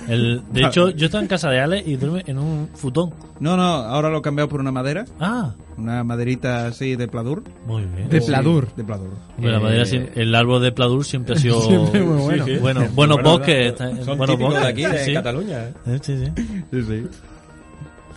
Speaker 4: El- de hecho, yo estoy en casa de Ale y duerme en un futón.
Speaker 6: No, no, ahora lo he cambiado por una madera.
Speaker 4: Ah,
Speaker 6: Una maderita así de pladur.
Speaker 4: muy bien.
Speaker 1: De pladur.
Speaker 6: De pladur.
Speaker 4: Hombre, la
Speaker 1: Eh,
Speaker 4: madera sin- el árbol de pladur siempre ha sido
Speaker 1: Siempre muy bueno.
Speaker 4: Sí, sí. bueno. buenos bosques, está-
Speaker 5: Son
Speaker 4: buenos
Speaker 5: típicos
Speaker 4: bosques,
Speaker 5: de aquí, de
Speaker 4: sí, sí.
Speaker 5: Cataluña. ¿eh?
Speaker 4: Eh, sí, sí.
Speaker 6: Sí, sí.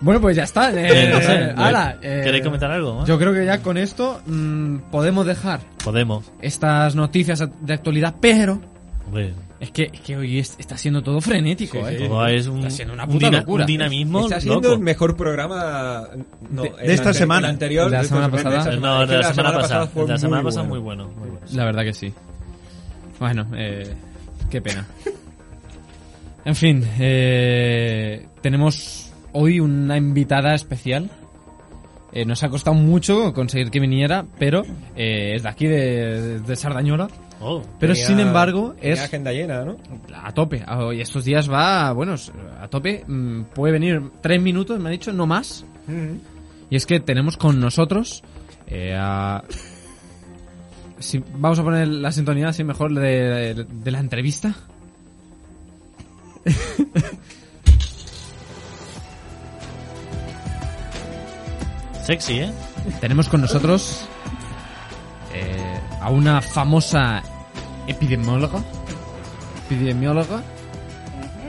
Speaker 1: Bueno, pues ya está. eh,
Speaker 4: Eh, no sé,
Speaker 1: eh, ala, eh,
Speaker 4: ¿Queréis comentar algo? más?
Speaker 1: Yo creo que ya con esto mm, podemos dejar
Speaker 4: Podemos.
Speaker 1: estas noticias de actualidad, pero
Speaker 4: Hombre,
Speaker 1: es que, es que hoy es- está siendo todo frenético,
Speaker 5: Sí,
Speaker 1: ¿eh?
Speaker 5: sí.
Speaker 4: todo es un,
Speaker 1: Está siendo una
Speaker 4: un
Speaker 1: puta
Speaker 4: dina-
Speaker 1: locura.
Speaker 4: un dinamismo
Speaker 5: Está siendo
Speaker 4: loco. Eh,
Speaker 5: el mejor programa no,
Speaker 6: De-
Speaker 5: el
Speaker 6: de esta
Speaker 5: ante-
Speaker 6: semana.
Speaker 5: el anterior.
Speaker 1: La
Speaker 5: de esta
Speaker 1: semana
Speaker 5: semana,
Speaker 1: pasada.
Speaker 5: esta
Speaker 4: Eh,
Speaker 5: semana.
Speaker 4: No,
Speaker 5: Es que
Speaker 4: de la semana pasada.
Speaker 5: fue
Speaker 4: de la semana
Speaker 5: muy
Speaker 4: pasada muy
Speaker 5: buena.
Speaker 4: bueno. Muy bueno.
Speaker 1: La verdad que sí. Bueno, eh, qué pena. En fin, eh, tenemos hoy una invitada especial. Eh, nos ha costado mucho conseguir que viniera, pero eh, es de aquí, de, de Sardañola.
Speaker 4: Oh,
Speaker 1: Pero
Speaker 5: Tenía-
Speaker 1: sin embargo,
Speaker 5: tenía
Speaker 1: es
Speaker 5: agenda llena, ¿no?
Speaker 1: a tope. A- Y estos días va, bueno, s- a tope. Mm, Puede venir tres minutos, me ha dicho, no más. Y es que tenemos con nosotros eh, a... Si, vamos a poner la sintonía así mejor de, de- de la entrevista.
Speaker 4: sexy, ¿eh?
Speaker 1: Tenemos con nosotros eh, a una famosa epidemióloga. Epidemióloga.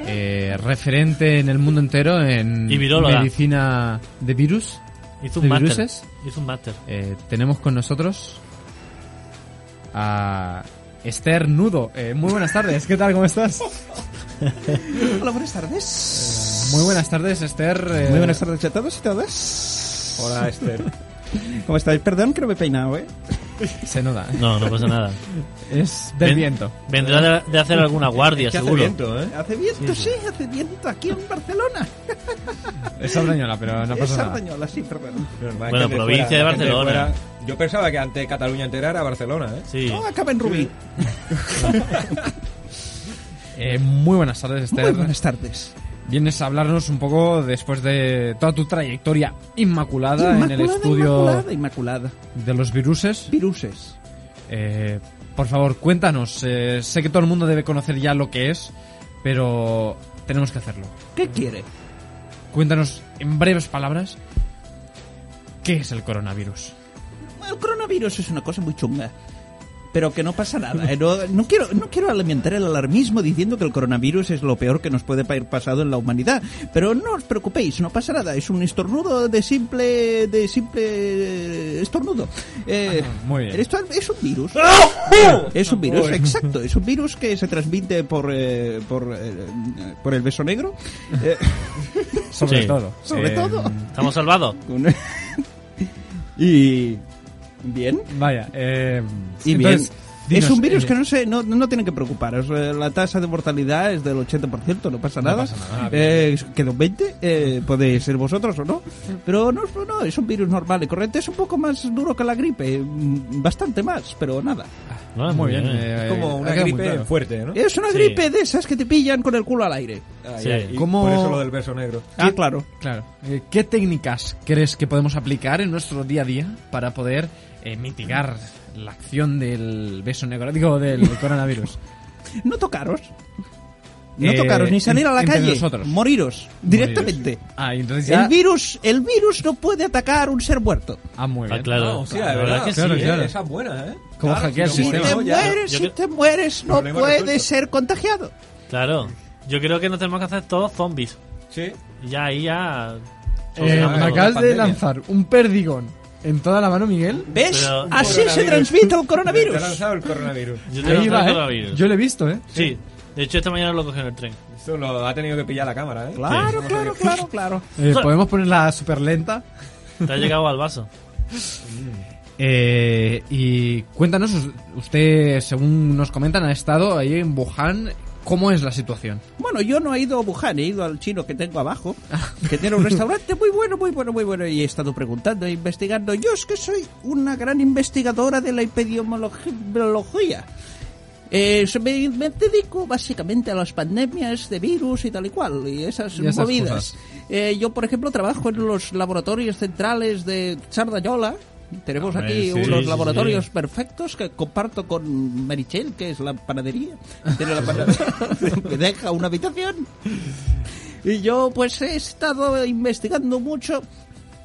Speaker 1: eh, referente en el mundo entero en
Speaker 4: Y viróloga.
Speaker 1: medicina de virus.
Speaker 4: Hizo
Speaker 1: ¿De
Speaker 4: un máster.
Speaker 1: viruses?
Speaker 4: Hizo un máster.
Speaker 1: Eh, tenemos con nosotros a Esther Nudo. Eh, muy buenas tardes, ¿qué tal? ¿Cómo estás?
Speaker 6: Hola, buenas tardes.
Speaker 1: Muy buenas tardes, Esther. eh,
Speaker 6: Muy buenas tardes a todos y todas.
Speaker 5: Hola, Esther.
Speaker 6: ¿Cómo estáis? Perdón que no me he peinado, ¿eh?
Speaker 1: Se nota,
Speaker 4: No, no pasa nada.
Speaker 1: es del
Speaker 4: Ven-
Speaker 1: viento.
Speaker 4: Vendrá de, de hacer alguna guardia,
Speaker 5: Que hace
Speaker 4: seguro.
Speaker 5: viento, ¿eh?
Speaker 6: Hace viento, sí, hace viento aquí en Barcelona.
Speaker 1: Es sardañola, pero no
Speaker 6: es
Speaker 1: pasa nada.
Speaker 6: Sardañola, sí, perdón.
Speaker 5: Normal
Speaker 4: Bueno,
Speaker 5: que te
Speaker 4: provincia
Speaker 5: fuera-
Speaker 4: de
Speaker 5: que te
Speaker 4: Barcelona.
Speaker 5: fuera- Yo pensaba que ante Cataluña entera era Barcelona, ¿eh?
Speaker 4: Sí.
Speaker 6: No, acaba en Rubí.
Speaker 1: Eh, muy buenas tardes,
Speaker 6: Muy
Speaker 1: Esther.
Speaker 6: buenas tardes.
Speaker 1: Vienes a hablarnos un poco después de toda tu trayectoria inmaculada, en el estudio
Speaker 6: Inmaculada, inmaculada.
Speaker 1: de los viruses.
Speaker 6: Viruses.
Speaker 1: Eh, por favor, cuéntanos. eh, sé que todo el mundo debe conocer ya lo que es, pero tenemos que hacerlo.
Speaker 6: ¿Qué quiere?
Speaker 1: Cuéntanos en breves palabras qué es el coronavirus.
Speaker 6: El coronavirus es una cosa muy chunga. Pero que no pasa nada. ¿eh? No, no quiero, no quiero alimentar el alarmismo diciendo que el coronavirus es lo peor que nos puede haber pasado en la humanidad. Pero no os preocupéis, no pasa nada. Es un estornudo de simple. de simple. estornudo. Eh,
Speaker 1: Ah, muy bien. ¡Ah! ¡Oh!
Speaker 6: Esto es un virus. Es un virus, exacto. Es un virus que se transmite por. eh, por, eh, por el beso negro. Eh,
Speaker 1: Sobre
Speaker 4: Sí.
Speaker 1: todo.
Speaker 6: sobre
Speaker 1: Eh,
Speaker 6: todo.
Speaker 4: Estamos salvados.
Speaker 6: Con- y. Bien.
Speaker 1: Vaya, eh,
Speaker 6: Y
Speaker 1: entonces,
Speaker 6: bien. es
Speaker 1: Dinos,
Speaker 6: un virus
Speaker 1: eh,
Speaker 6: que no se no, no tienen que preocuparos. Eh, La tasa de mortalidad es del 80%, no pasa nada. Eh, quedó 20, eh, podéis ser vosotros o no. Pero no, no, no, es un virus normal y corriente. Es un poco más duro que la gripe, mm, bastante más, pero nada.
Speaker 4: No,
Speaker 1: Muy bien.
Speaker 5: Es
Speaker 1: eh,
Speaker 5: como una
Speaker 1: ha quedado muy
Speaker 5: gripe
Speaker 1: claro. Eh,
Speaker 5: fuerte, ¿no?
Speaker 6: Es una
Speaker 4: Sí.
Speaker 6: gripe de esas que te pillan con el culo al aire.
Speaker 5: Ah,
Speaker 4: Sí.
Speaker 5: ya, y
Speaker 1: ¿Cómo-
Speaker 5: Por eso lo del beso negro.
Speaker 6: Ah, claro.
Speaker 1: Claro. Eh, ¿Qué técnicas crees que podemos aplicar en nuestro día a día para poder eh, mitigar la acción del beso negro, digo, del coronavirus?
Speaker 6: No tocaros. No
Speaker 1: Eh,
Speaker 6: tocaros, ni salir a la
Speaker 1: entre
Speaker 6: calle.
Speaker 1: nosotros.
Speaker 6: Moriros, directamente.
Speaker 1: Ah, y entonces ya...
Speaker 6: El virus, el virus no puede atacar un ser muerto.
Speaker 1: Ah, muy bien.
Speaker 4: Ah, claro.
Speaker 5: Ah, hostia, de
Speaker 4: la
Speaker 5: verdad
Speaker 4: verdad que sí.
Speaker 1: claro,
Speaker 4: ¿eh?
Speaker 1: claro.
Speaker 5: Esa es buena, ¿eh?
Speaker 1: ¿Cómo hackear el
Speaker 5: si no
Speaker 6: Si
Speaker 1: sistema?
Speaker 6: te
Speaker 5: mueres,
Speaker 1: Bueno,
Speaker 5: ya-
Speaker 6: mueres,
Speaker 4: yo
Speaker 6: si
Speaker 4: que-
Speaker 6: te mueres, no
Speaker 5: Problema
Speaker 6: puedes
Speaker 5: resuelto.
Speaker 6: ser contagiado.
Speaker 4: Claro. Yo creo que nos tenemos que hacer todos zombies.
Speaker 5: Sí.
Speaker 4: Y ya ahí ya.
Speaker 7: Eh,
Speaker 5: Ah,
Speaker 7: me
Speaker 5: la
Speaker 7: acabas de
Speaker 5: pandemia.
Speaker 7: lanzar un perdigón en toda la mano, Miguel.
Speaker 6: ¿Ves?
Speaker 4: Pero-
Speaker 6: Así se
Speaker 5: Coronavirus.
Speaker 6: transmite el
Speaker 5: Te ha
Speaker 6: coronavirus.
Speaker 5: lanzado el coronavirus.
Speaker 4: Yo te
Speaker 7: Ahí
Speaker 4: lo
Speaker 7: va,
Speaker 4: traigo
Speaker 7: ¿eh?
Speaker 4: todavía.
Speaker 7: Yo lo he visto, ¿eh?
Speaker 4: Sí. De hecho, esta mañana lo cogí en el tren.
Speaker 5: Esto lo ha tenido que pillar la cámara, ¿eh?
Speaker 6: Claro, claro, claro, claro.
Speaker 7: Eh, ¿Podemos ponerla súper lenta?
Speaker 4: Te ha llegado al vaso.
Speaker 1: Eh, y cuéntanos, us- usted, según nos comentan, ha estado ahí en Wuhan. ¿Cómo es la situación?
Speaker 6: Bueno, yo no he ido a Wuhan, he ido al chino que tengo abajo,
Speaker 1: Ah.
Speaker 6: que tiene un restaurante muy bueno, muy bueno, muy bueno, y he estado preguntando e investigando. Yo es que soy una gran investigadora de la epidemiología. Eh, se me, me dedico básicamente a las pandemias de virus y tal y cual, y esas
Speaker 1: Y esas
Speaker 6: movidas.
Speaker 1: cosas.
Speaker 6: Eh, yo, por ejemplo, trabajo en los laboratorios centrales de Sardañola. Tenemos
Speaker 1: Hombre,
Speaker 6: aquí
Speaker 1: sí,
Speaker 6: unos
Speaker 4: sí, sí.
Speaker 6: laboratorios perfectos que comparto con Marichel, que es la panadería. Tiene la panadería que deja una habitación. Y yo pues he estado investigando mucho,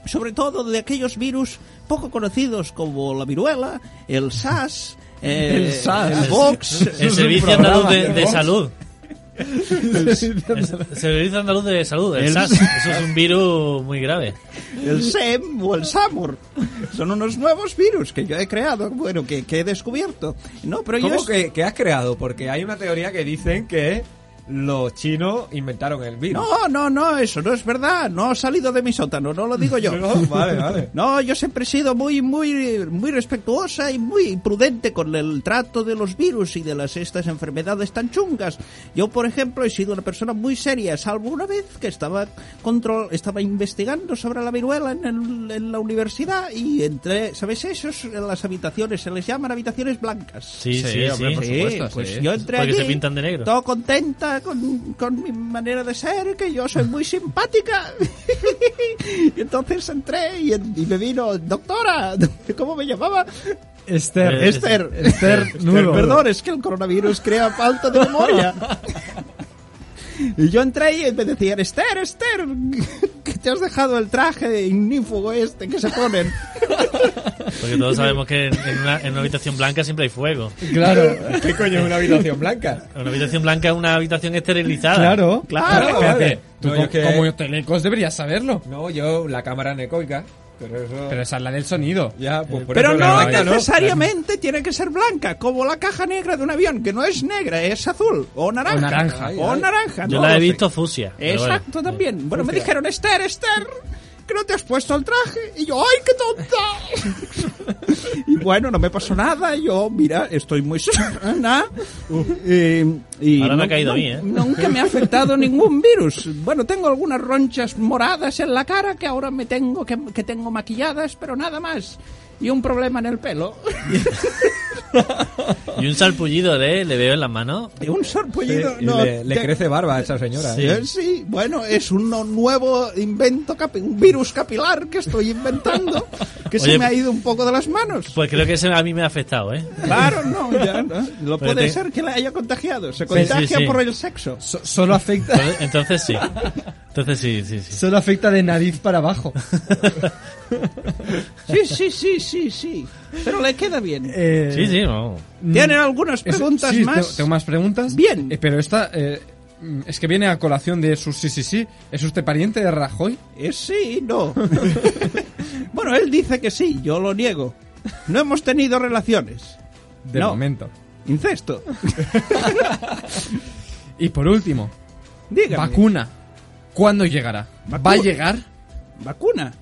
Speaker 6: sobre todo de aquellos virus poco conocidos como la viruela, el SARS, eh, el,
Speaker 7: SARS.
Speaker 6: Vox,
Speaker 4: El Servicio Andaluz de, de Salud. El Servicio Andaluz de Salud, el, SAS. Eso es un virus muy grave.
Speaker 6: el SEM o el SAMUR. Son unos nuevos virus que yo he creado, bueno, que, que he descubierto. No, pero yo...
Speaker 5: ¿Cómo
Speaker 6: es-
Speaker 5: que, que has creado? Porque hay una teoría que dicen que los chinos inventaron el virus.
Speaker 6: No, no, no, eso no es verdad. No ha salido de mi sótano, no lo digo yo.
Speaker 5: No, vale, vale.
Speaker 6: No, yo siempre he sido muy, muy, muy respetuosa y muy prudente con el trato de los virus y de las estas enfermedades tan chungas. Yo, por ejemplo, he sido una persona muy seria, salvo una vez que estaba control, estaba investigando sobre la viruela en, el- en la universidad y entre, ¿sabéis esos? En las habitaciones se les llaman habitaciones blancas.
Speaker 4: Sí, sí, sí.
Speaker 1: hombre, por supuesto,
Speaker 6: pues
Speaker 1: sí.
Speaker 6: yo entré
Speaker 4: Porque
Speaker 6: allí,
Speaker 4: se pintan de negro.
Speaker 6: todo contenta con, con mi manera de ser, que yo soy muy simpática. y entonces entré y, y me vino, doctora, ¿cómo me llamaba?
Speaker 7: Esther.
Speaker 6: este,
Speaker 4: Eh,
Speaker 6: Esther.
Speaker 7: Esther, nudo.
Speaker 6: Perdón, es que el coronavirus crea falta de memoria. Y yo entré y me decían, Esther, Esther, que te has dejado el traje ignífugo este que se ponen.
Speaker 4: Porque todos sabemos que en en una, en una habitación blanca siempre hay fuego.
Speaker 7: Claro,
Speaker 5: ¿Qué coño es una habitación blanca?
Speaker 4: Una habitación blanca es una habitación esterilizada.
Speaker 7: claro.
Speaker 6: Claro,
Speaker 5: vale.
Speaker 1: Tú,
Speaker 5: No,
Speaker 1: co-
Speaker 5: yo que-
Speaker 1: como telecos, deberías saberlo.
Speaker 5: No, yo la cámara anecoica, pero eso...
Speaker 1: Pero esa es la del sonido.
Speaker 5: ya, pues por
Speaker 6: Pero
Speaker 5: eso
Speaker 6: no
Speaker 5: la-
Speaker 6: necesariamente tiene que ser blanca, como la caja negra de un avión, que no es negra, es azul o naranja.
Speaker 1: O naranja. Ay,
Speaker 6: O
Speaker 5: ay.
Speaker 6: naranja,
Speaker 4: Yo
Speaker 6: no
Speaker 4: la
Speaker 6: lo
Speaker 4: he
Speaker 6: sé.
Speaker 4: visto fusia. pero bueno.
Speaker 6: Exacto, también. Bueno, me dijeron, Esther, Esther, que no te has puesto el traje. Y yo, ¡ay, qué tonta! y bueno, no me pasó nada. Yo, mira, estoy muy sana. Eh, y
Speaker 4: Ahora me ha
Speaker 6: nu-
Speaker 4: caído a
Speaker 6: nu-
Speaker 4: mí, ¿eh?
Speaker 6: Nunca me ha afectado ningún virus. Bueno, tengo algunas ronchas moradas en la cara que ahora me tengo que, que tengo maquilladas, pero nada más. Y un problema en el pelo.
Speaker 4: Y un salpullido de le veo en las manos.
Speaker 6: y un sorpullido.
Speaker 5: Y
Speaker 6: no,
Speaker 5: le, le
Speaker 6: te-
Speaker 5: crece barba a esa señora.
Speaker 4: Sí.
Speaker 5: ¿eh?
Speaker 6: Eh, sí, bueno, es un no- nuevo invento, capi- un virus capilar que estoy inventando, que se
Speaker 4: Oye,
Speaker 6: me ha ido un poco de las manos.
Speaker 4: Pues creo que eso a mí me ha afectado, ¿eh?
Speaker 6: Claro, no, ya, no. Lo
Speaker 4: Pero
Speaker 6: puede
Speaker 4: te-
Speaker 6: ser que la haya contagiado. Se
Speaker 4: pues, Sí,
Speaker 6: contagia
Speaker 4: sí, sí.
Speaker 6: por el sexo.
Speaker 7: So- solo afecta
Speaker 4: Entonces, entonces sí. Entonces sí, sí, sí.
Speaker 7: solo afecta de nariz para abajo.
Speaker 6: Sí, sí, sí, sí, sí. Pero le queda bien.
Speaker 7: Eh,
Speaker 4: Sí, sí, no.
Speaker 6: ¿Tienen algunas
Speaker 7: eso-
Speaker 6: preguntas
Speaker 7: sí, te-
Speaker 6: más?
Speaker 1: Tengo más preguntas.
Speaker 6: Bien.
Speaker 1: Eh, pero esta eh, mm, es que viene a colación de su sí, sí, sí. ¿Es usted pariente de Rajoy?
Speaker 6: Eh, sí, no. bueno, él dice que sí, yo lo niego. No hemos tenido relaciones.
Speaker 1: De
Speaker 6: No.
Speaker 1: momento.
Speaker 6: Incesto.
Speaker 1: Y por último,
Speaker 6: Dígame.
Speaker 1: vacuna. ¿Cuándo llegará?
Speaker 6: Vacu-
Speaker 1: ¿Va a llegar?
Speaker 6: vacuna.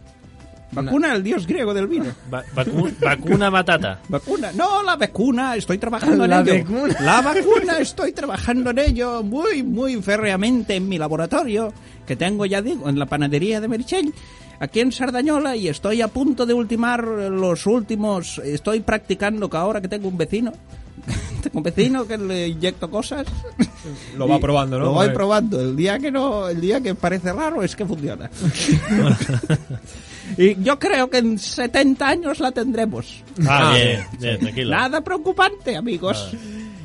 Speaker 3: Vacuna al dios griego del vino.
Speaker 4: Va- vacu- vacuna matata.
Speaker 3: Vacuna. No, la vacuna, estoy trabajando
Speaker 1: La
Speaker 3: en ello.
Speaker 1: vacuna.
Speaker 3: La vacuna, estoy trabajando en ello muy, muy férreamente en mi laboratorio, que tengo, ya digo, en la panadería de Merichel, aquí en Sardañola, y estoy a punto de ultimar los últimos. Estoy practicando que ahora que tengo un vecino. Tengo un vecino que le inyecto cosas.
Speaker 5: Lo va
Speaker 3: y
Speaker 5: probando, ¿no?
Speaker 3: Lo voy
Speaker 5: Vale.
Speaker 3: probando. El día que no, el día que parece raro es que funciona. y yo creo que en 70 años la tendremos.
Speaker 4: Ah, bien, bien, tranquilo.
Speaker 3: Nada preocupante, amigos.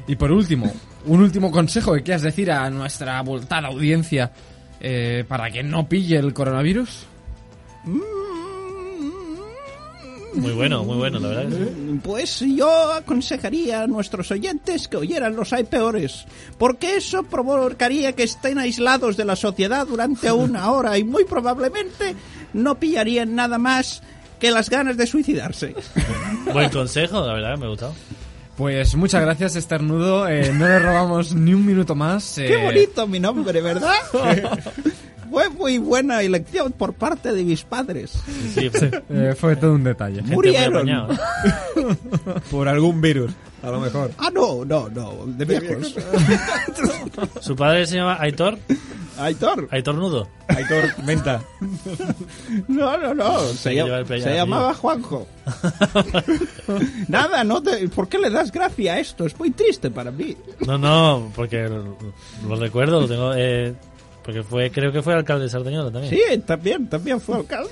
Speaker 1: Y por último, un último consejo que quieras decir a nuestra abultada audiencia eh, para que no pille el coronavirus.
Speaker 3: Mm.
Speaker 4: Muy bueno, muy bueno, la verdad. que sí.
Speaker 3: Pues yo aconsejaría a nuestros oyentes que oyeran los hay peores, porque eso provocaría que estén aislados de la sociedad durante una hora y muy probablemente no pillarían nada más que las ganas de suicidarse.
Speaker 4: Buen consejo, la verdad, me ha gustado.
Speaker 1: Pues muchas gracias, Estarnudo. eh, no le robamos ni un minuto más.
Speaker 3: Qué
Speaker 1: eh,
Speaker 3: bonito mi nombre, ¿verdad? Fue muy buena elección por parte de mis padres.
Speaker 4: Sí, fue- gente
Speaker 1: eh, fue todo un detalle.
Speaker 4: muy
Speaker 3: Murieron.
Speaker 4: apañado, ¿eh?
Speaker 5: Por algún virus, a lo mejor.
Speaker 3: Ah, no, no, no, de viejos.
Speaker 4: Su padre se llama Aitor,
Speaker 3: Aitor.
Speaker 4: Aitor Nudo.
Speaker 5: Aitor, menta.
Speaker 3: No, no, no. Se,
Speaker 4: que
Speaker 3: llam-
Speaker 4: llevar
Speaker 3: se
Speaker 4: el peinado,
Speaker 3: llamaba Juanjo. Nada, no te- ¿por qué le das gracia a esto? Es muy triste para mí.
Speaker 4: No, no, porque lo, lo recuerdo, lo tengo. Eh, porque fue, creo que fue alcalde de Sardañola también.
Speaker 3: Sí, también, también fue alcalde.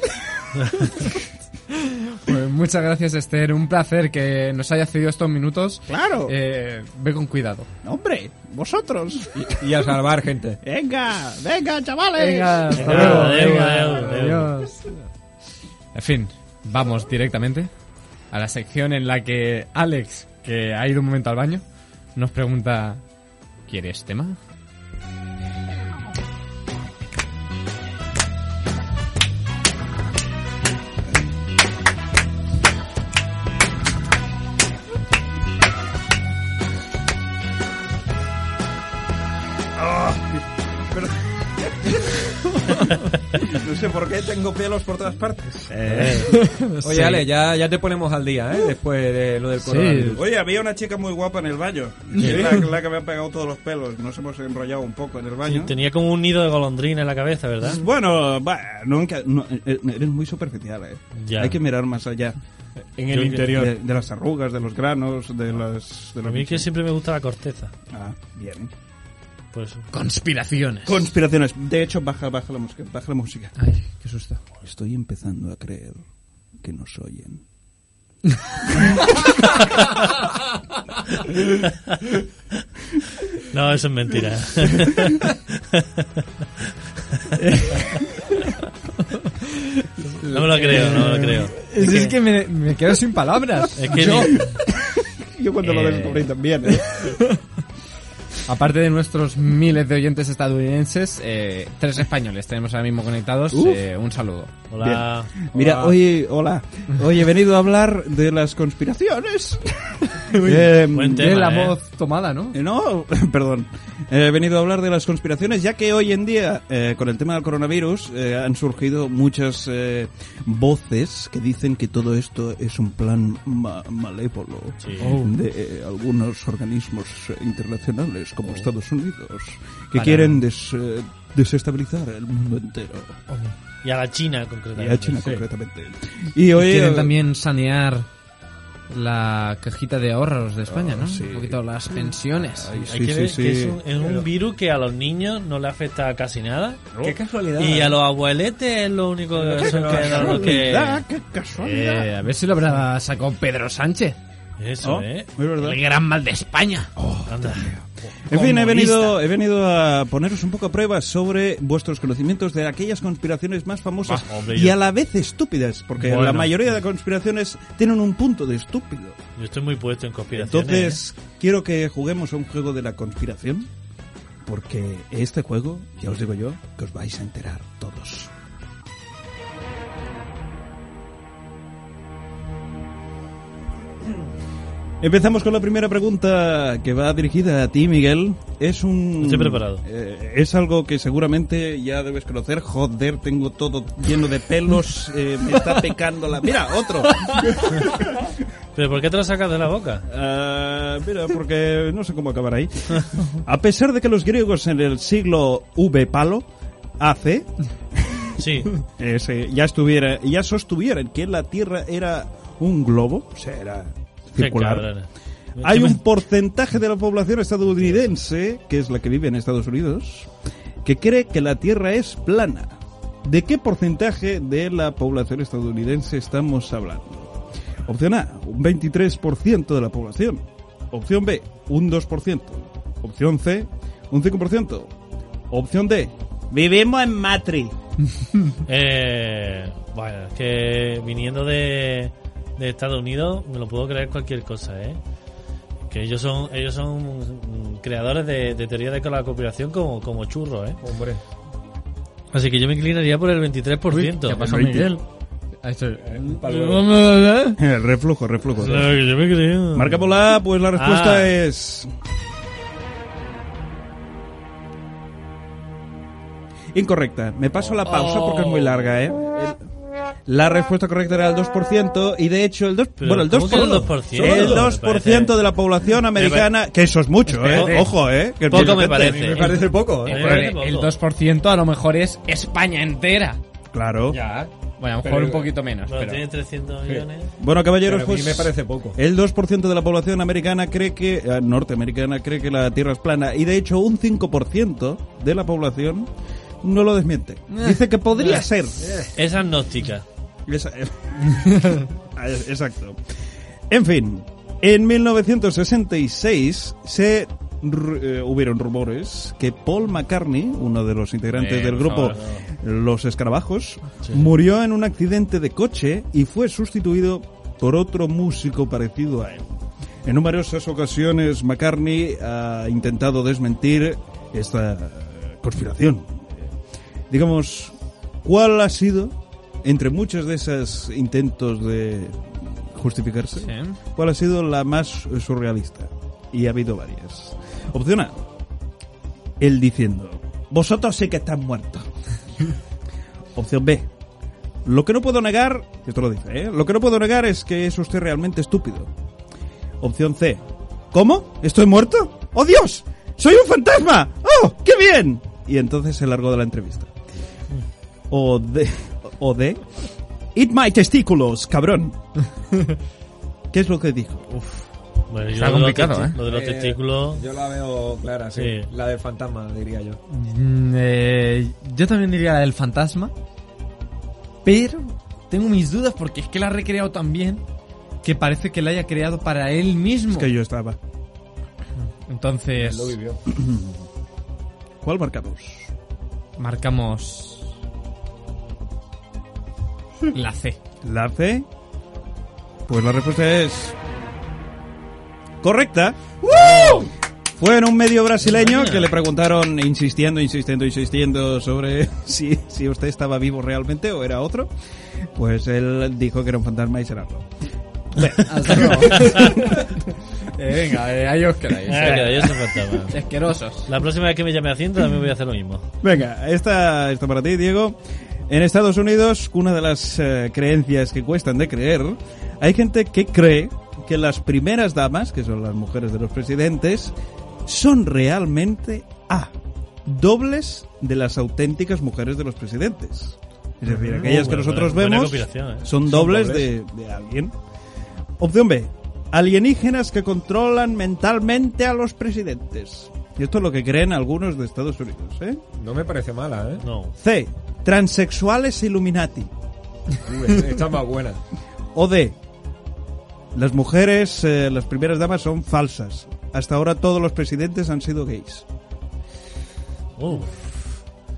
Speaker 1: Pues muchas gracias, Esther. Un placer que nos haya cedido estos minutos.
Speaker 3: Claro.
Speaker 1: Eh, ve con cuidado.
Speaker 3: Hombre, vosotros.
Speaker 5: Y a salvar gente.
Speaker 3: Venga, venga, chavales.
Speaker 1: hasta
Speaker 4: Venga,
Speaker 1: luego,
Speaker 4: adeu,
Speaker 1: venga,
Speaker 4: adeu, adeu.
Speaker 1: adiós. En fin, vamos directamente a la sección en la que Alex, que ha ido un momento al baño, nos pregunta: ¿Quieres tema?
Speaker 5: No sé por qué tengo pelos por todas partes. Oye,
Speaker 1: Sí.
Speaker 5: Ale, ya, ya te ponemos al día, ¿eh? Después de lo del coronavirus.
Speaker 1: Sí.
Speaker 6: Oye, había una chica muy guapa en el baño. que es la, la que me ha pegado todos los pelos. Nos hemos enrollado un poco en el baño.
Speaker 4: Tenía como un nido de golondrina en la cabeza, ¿verdad?
Speaker 6: Bueno, va, nunca. no, eh, eres muy superficial, eh.
Speaker 4: Ya.
Speaker 6: Hay que mirar más allá.
Speaker 5: En el interior.
Speaker 6: De, de las arrugas, de los granos, de las. De
Speaker 4: A
Speaker 6: los
Speaker 4: mí que siempre me gusta la corteza. pues,
Speaker 6: Ah, bien.
Speaker 4: Por eso.
Speaker 1: Conspiraciones.
Speaker 6: Conspiraciones. De hecho, baja, baja la música. Baja la música.
Speaker 1: Ay, qué susto.
Speaker 6: Estoy empezando a creer que nos oyen.
Speaker 4: No, eso es mentira. no me lo
Speaker 6: Eh,
Speaker 4: creo, no me lo creo.
Speaker 1: Es, que me, me quedo sin palabras.
Speaker 4: Es que
Speaker 1: Yo,
Speaker 4: ni-
Speaker 6: Yo cuando lo
Speaker 4: Eh.
Speaker 6: descubrí también. eh.
Speaker 1: aparte de nuestros miles de oyentes estadounidenses, eh, tres españoles tenemos ahora mismo conectados. Eh, un saludo.
Speaker 4: Hola.
Speaker 6: Mira, oye, hola. Hoy he venido a hablar de las conspiraciones. Eh,
Speaker 4: Buen tema,
Speaker 1: Tiene la
Speaker 4: ¿eh?
Speaker 1: voz tomada, ¿no?
Speaker 6: Eh, No, perdón. Eh, He venido a hablar de las conspiraciones, ya que hoy en día, eh, con el tema del coronavirus, eh, han surgido muchas eh, voces que dicen que todo esto es un plan ma- malévolo
Speaker 4: Sí.
Speaker 6: de eh, algunos organismos eh, internacionales, como Estados Unidos, que quieren des- eh, desestabilizar el mundo entero,
Speaker 4: Y a la China,
Speaker 6: y
Speaker 4: concretamente.
Speaker 6: a China concretamente. Y hoy...
Speaker 1: Quieren
Speaker 6: eh,
Speaker 1: también sanear la cajita de ahorros de España, ¿no?
Speaker 6: sí.
Speaker 1: Un poquito las pensiones.
Speaker 6: ay,
Speaker 4: Hay
Speaker 6: sí,
Speaker 4: que
Speaker 6: sí,
Speaker 4: ver
Speaker 6: sí.
Speaker 4: que es un, es un virus que a los niños no le afecta casi nada.
Speaker 5: Qué casualidad.
Speaker 4: Y a los abueletes es lo único que son que, los que...
Speaker 6: casualidad, ¡Qué casualidad!
Speaker 1: Eh, a ver si lo habrá sacado Pedro Sánchez,
Speaker 4: Eso,
Speaker 6: Oh,
Speaker 4: ¿eh?
Speaker 6: es verdad.
Speaker 1: el gran mal de España.
Speaker 4: Anda.
Speaker 6: En fin, he
Speaker 4: Comunista.
Speaker 6: venido, he venido a poneros un poco a prueba sobre vuestros conocimientos de aquellas conspiraciones más famosas
Speaker 4: Bah, Ah, hombre,
Speaker 6: y
Speaker 4: yo-
Speaker 6: a la vez estúpidas, porque
Speaker 4: Bueno.
Speaker 6: la mayoría de conspiraciones tienen un punto de estúpido.
Speaker 4: Yo estoy muy puesto en conspiraciones. ¿eh?
Speaker 6: Entonces, quiero que juguemos a un juego de la conspiración, porque este juego, ya os digo yo, que os vais a enterar todos. Empezamos con la primera pregunta que va dirigida a ti, Miguel. es un...
Speaker 4: Estoy preparado.
Speaker 6: eh, es algo que seguramente ya debes conocer. Joder, tengo todo lleno de pelos, eh, me está pecando la... Mira, otro.
Speaker 4: ¿eh? ¿Pero por qué te lo sacas de la boca?
Speaker 6: Ah, mira, porque no sé cómo acabar ahí. A pesar de que los griegos en el siglo V palo, AC,
Speaker 4: Sí.
Speaker 6: eh, se- ya, estuviera, ya sostuvieran que la Tierra era un globo, o sea, era
Speaker 4: Qué
Speaker 6: circular.
Speaker 4: cabrones.
Speaker 6: Hay un porcentaje de la población estadounidense, que es la que vive en Estados Unidos, que cree que la Tierra es plana. ¿De qué porcentaje de la población estadounidense estamos hablando? Opción A, un 23% de la población. Opción B, un 2%. Opción C, un 5%. Opción D, vivimos en Matri.
Speaker 4: Eh, bueno, es que viniendo de, de Estados Unidos me lo puedo creer cualquier cosa, ¿eh? Que ellos son ellos son mm, creadores de, de teoría de la cooperación como, como churros, ¿eh?
Speaker 5: Hombre,
Speaker 4: Así que yo me inclinaría por el 23%.
Speaker 8: Uy, ¿Qué ha pasado, Miguel?
Speaker 1: Ah,
Speaker 8: Ahí estoy.
Speaker 1: eh,
Speaker 5: pa'l
Speaker 6: reflujo, reflujo.
Speaker 4: Claro que yo me creo. Eh,
Speaker 6: Marcamos la A, pues la respuesta
Speaker 4: Ah.
Speaker 6: es. Incorrecta. Me paso la pausa porque es muy larga, ¿eh? El- La respuesta correcta era el 2% y de hecho el 2%,
Speaker 4: Pero
Speaker 6: bueno, el
Speaker 4: ¿cómo
Speaker 6: 2%,
Speaker 4: que el 2%?
Speaker 6: el
Speaker 4: Me
Speaker 6: 2%
Speaker 4: parece-
Speaker 6: de la población americana, que eso es mucho, eh,
Speaker 4: Espérate.
Speaker 6: ojo, eh, que es
Speaker 4: Poco
Speaker 6: mucha
Speaker 4: me
Speaker 6: gente.
Speaker 4: parece.
Speaker 5: me parece poco, ¿eh?
Speaker 4: Eh,
Speaker 1: Pero el,
Speaker 4: poco.
Speaker 1: el 2% a lo mejor es España entera.
Speaker 6: Claro.
Speaker 5: Ya.
Speaker 1: Bueno, a lo mejor
Speaker 5: Pero-
Speaker 1: un poquito menos.
Speaker 4: Bueno,
Speaker 1: Pero...
Speaker 4: tiene 300 millones.
Speaker 6: Bueno, caballeros,
Speaker 5: Pero a mí
Speaker 6: pues
Speaker 5: me parece poco.
Speaker 6: El 2% de la población americana cree que eh, norteamericana cree que la Tierra es plana y de hecho un 5% de la población no lo desmiente. Dice que podría ser.
Speaker 4: Es agnóstica.
Speaker 6: Esa- eh, Exacto. En fin, en 1966 se ru- eh, hubieron rumores que Paul McCartney, uno de los integrantes
Speaker 1: Eh,
Speaker 6: del
Speaker 1: por
Speaker 6: grupo Los Escarabajos, murió en un accidente de coche y fue sustituido por otro músico parecido a él. En numerosas ocasiones McCartney ha intentado desmentir esta eh, conspiración digamos, ¿cuál ha sido, entre muchos de esos intentos de justificarse,
Speaker 1: Sí.
Speaker 6: cuál ha sido la más surrealista? Y ha habido varias. Opción A, él diciendo, vosotros sí que estás muertos. Opción B, lo que no puedo negar, esto lo dice, ¿eh? lo que no puedo negar es que es usted realmente estúpido. Opción C, ¿cómo? ¿Estoy muerto? ¡Oh Dios! ¡Soy un fantasma! ¡Oh, qué bien! Y entonces se largó de la entrevista. O de. O de. Eat my testículos, cabrón. ¿Qué es lo que dijo?
Speaker 4: Bueno,
Speaker 1: Está
Speaker 4: lo de los
Speaker 1: complicado,
Speaker 4: testi-
Speaker 1: ¿eh?
Speaker 4: Lo de los
Speaker 5: Eh,
Speaker 4: testículos.
Speaker 5: Yo la veo clara, sí.
Speaker 4: Sí.
Speaker 5: La del fantasma, diría yo.
Speaker 8: Mm, eh, yo también diría la del fantasma. Pero tengo mis dudas porque es que la ha recreado tan bien que parece que la haya creado para él mismo.
Speaker 6: Es que yo estaba.
Speaker 8: Entonces,
Speaker 5: Lo vivió.
Speaker 6: ¿Cuál marcamos?
Speaker 8: marcamos la C.
Speaker 6: ¿La C? Pues la respuesta es. Correcta. Fue en un medio brasileño que le preguntaron, insistiendo, insistiendo, insistiendo, sobre si, si usted estaba vivo realmente o era otro. Pues él dijo que era un fantasma y se largó.
Speaker 1: Eh, venga, eh, ahí os quedáis.
Speaker 4: Ah,
Speaker 1: eh.
Speaker 4: claro, yo soy fantasma.
Speaker 1: Asquerosos.
Speaker 4: La próxima vez que me llame a Hacienda también voy a hacer lo mismo.
Speaker 6: Venga, esta, esta para ti, Diego. En Estados Unidos, una de las eh, creencias que cuestan de creer, hay gente que cree que las primeras damas, que son las mujeres de los presidentes, son realmente A, dobles de las auténticas mujeres de los presidentes. Es decir, aquellas
Speaker 4: Mm, buena-
Speaker 6: que nosotros
Speaker 4: buena
Speaker 6: vemos
Speaker 4: combinación, ¿eh?
Speaker 6: son dobles de, de alguien. Opción B. Alienígenas que controlan mentalmente a los presidentes. Y esto es lo que creen algunos de Estados Unidos, ¿eh?
Speaker 5: No me parece mala, ¿eh?
Speaker 4: No.
Speaker 6: C. Transexuales Illuminati.
Speaker 5: Uy, esta es más buena.
Speaker 6: O D. Las mujeres, eh, las primeras damas, son falsas. Hasta ahora todos los presidentes han sido gays.
Speaker 4: Uf.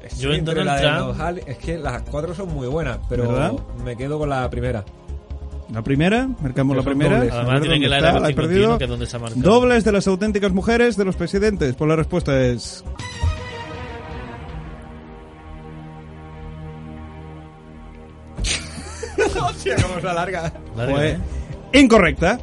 Speaker 5: Estoy
Speaker 4: Yo en
Speaker 5: entre
Speaker 4: Donald
Speaker 5: la de
Speaker 4: Trump-
Speaker 5: los ali- Es que las cuatro son muy buenas, pero
Speaker 6: ¿Verdad?
Speaker 5: me quedo con la primera.
Speaker 6: La primera, marcamos
Speaker 5: Que
Speaker 6: la
Speaker 5: son
Speaker 6: primera.
Speaker 5: dobles.
Speaker 6: A
Speaker 4: Además
Speaker 6: ver
Speaker 4: tiene que
Speaker 6: dónde
Speaker 4: la
Speaker 6: está,
Speaker 4: era
Speaker 6: la he
Speaker 4: 51,
Speaker 6: perdido.
Speaker 4: que es donde se ha marcado.
Speaker 6: Dobles de las auténticas mujeres de los presidentes. Pues la respuesta es.
Speaker 4: Larga,
Speaker 6: fue
Speaker 4: ¿eh?
Speaker 6: Incorrecta.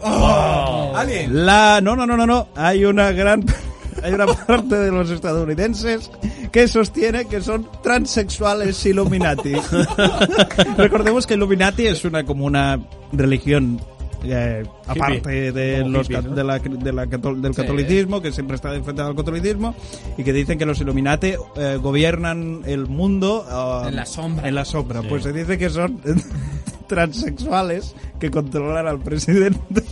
Speaker 5: Alien.
Speaker 6: La. No, no, no, no, no. Hay una gran. hay una parte de los estadounidenses que sostiene que son transexuales Illuminati. Recordemos que Illuminati es una como una religión eh, aparte de,
Speaker 5: Como
Speaker 6: los,
Speaker 5: hippie,
Speaker 6: ca-
Speaker 5: ¿no?
Speaker 6: de la, de la catol- del catolicismo, que siempre está enfrentado al catolicismo, y que dicen que los Illuminati eh, gobiernan el mundo ah,
Speaker 1: En la sombra.
Speaker 6: En la sombra. Pues se dice que son transexuales que controlan al presidente.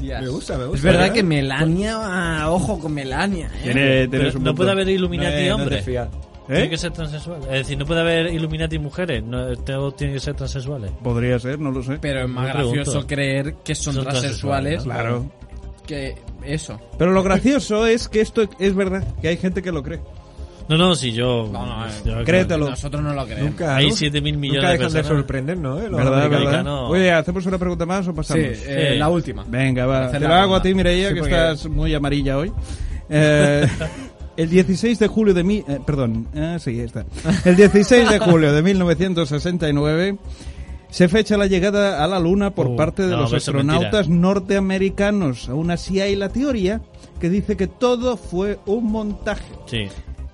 Speaker 5: Me gusta, me gusta.
Speaker 1: Es verdad
Speaker 5: ¿verdad?
Speaker 1: que Melania, ah, ojo con Melania. ¿eh?
Speaker 6: Tiene-
Speaker 4: Pero
Speaker 6: tienes un
Speaker 4: no puede
Speaker 6: montón.
Speaker 4: haber Illuminati
Speaker 5: Eh, no te
Speaker 4: hombres.
Speaker 5: fías.
Speaker 6: ¿Eh?
Speaker 4: Tiene que ser transexual. Es decir, no puede haber Illuminati mujeres. No, todos tienen que ser transexuales.
Speaker 6: Podría ser, no lo sé.
Speaker 1: Pero es más
Speaker 4: Me pregunto.
Speaker 1: gracioso creer que son,
Speaker 4: Son
Speaker 1: transexuales
Speaker 4: transexuales,
Speaker 6: Claro.
Speaker 1: que eso.
Speaker 6: Pero lo gracioso es que esto es verdad, que hay gente que lo cree.
Speaker 4: No, no, si yo.
Speaker 1: No, no, eh,
Speaker 4: yo-
Speaker 6: Créetelo.
Speaker 1: Nosotros no lo creemos.
Speaker 5: Nunca,
Speaker 4: Hay
Speaker 5: ¿no?
Speaker 4: 7.000 millones
Speaker 5: Nunca
Speaker 4: de
Speaker 5: dejan de
Speaker 4: personas.
Speaker 5: sorprendernos, ¿eh? Los
Speaker 6: ¿Verdad,
Speaker 5: americanos.
Speaker 6: verdad?
Speaker 4: americano.
Speaker 6: Oye, ¿hacemos una pregunta más o
Speaker 1: Sí,
Speaker 6: pasamos?
Speaker 1: eh,
Speaker 4: Sí.
Speaker 1: la última.
Speaker 6: Venga, va.
Speaker 1: Hacer
Speaker 6: Te
Speaker 1: la
Speaker 6: lo hago
Speaker 1: ronda.
Speaker 6: a ti, Mireia,
Speaker 5: Sí,
Speaker 6: que
Speaker 5: porque-
Speaker 6: estás muy amarilla hoy. Eh, el 16 de julio de mi... eh, perdón, eh, sí, está. El 16 de julio de 1969 se fecha la llegada a la Luna por
Speaker 4: Uh,
Speaker 6: parte de
Speaker 4: no,
Speaker 6: los
Speaker 4: eso es
Speaker 6: astronautas norteamericanos. Aún así hay la teoría que dice que todo fue un montaje
Speaker 4: Sí.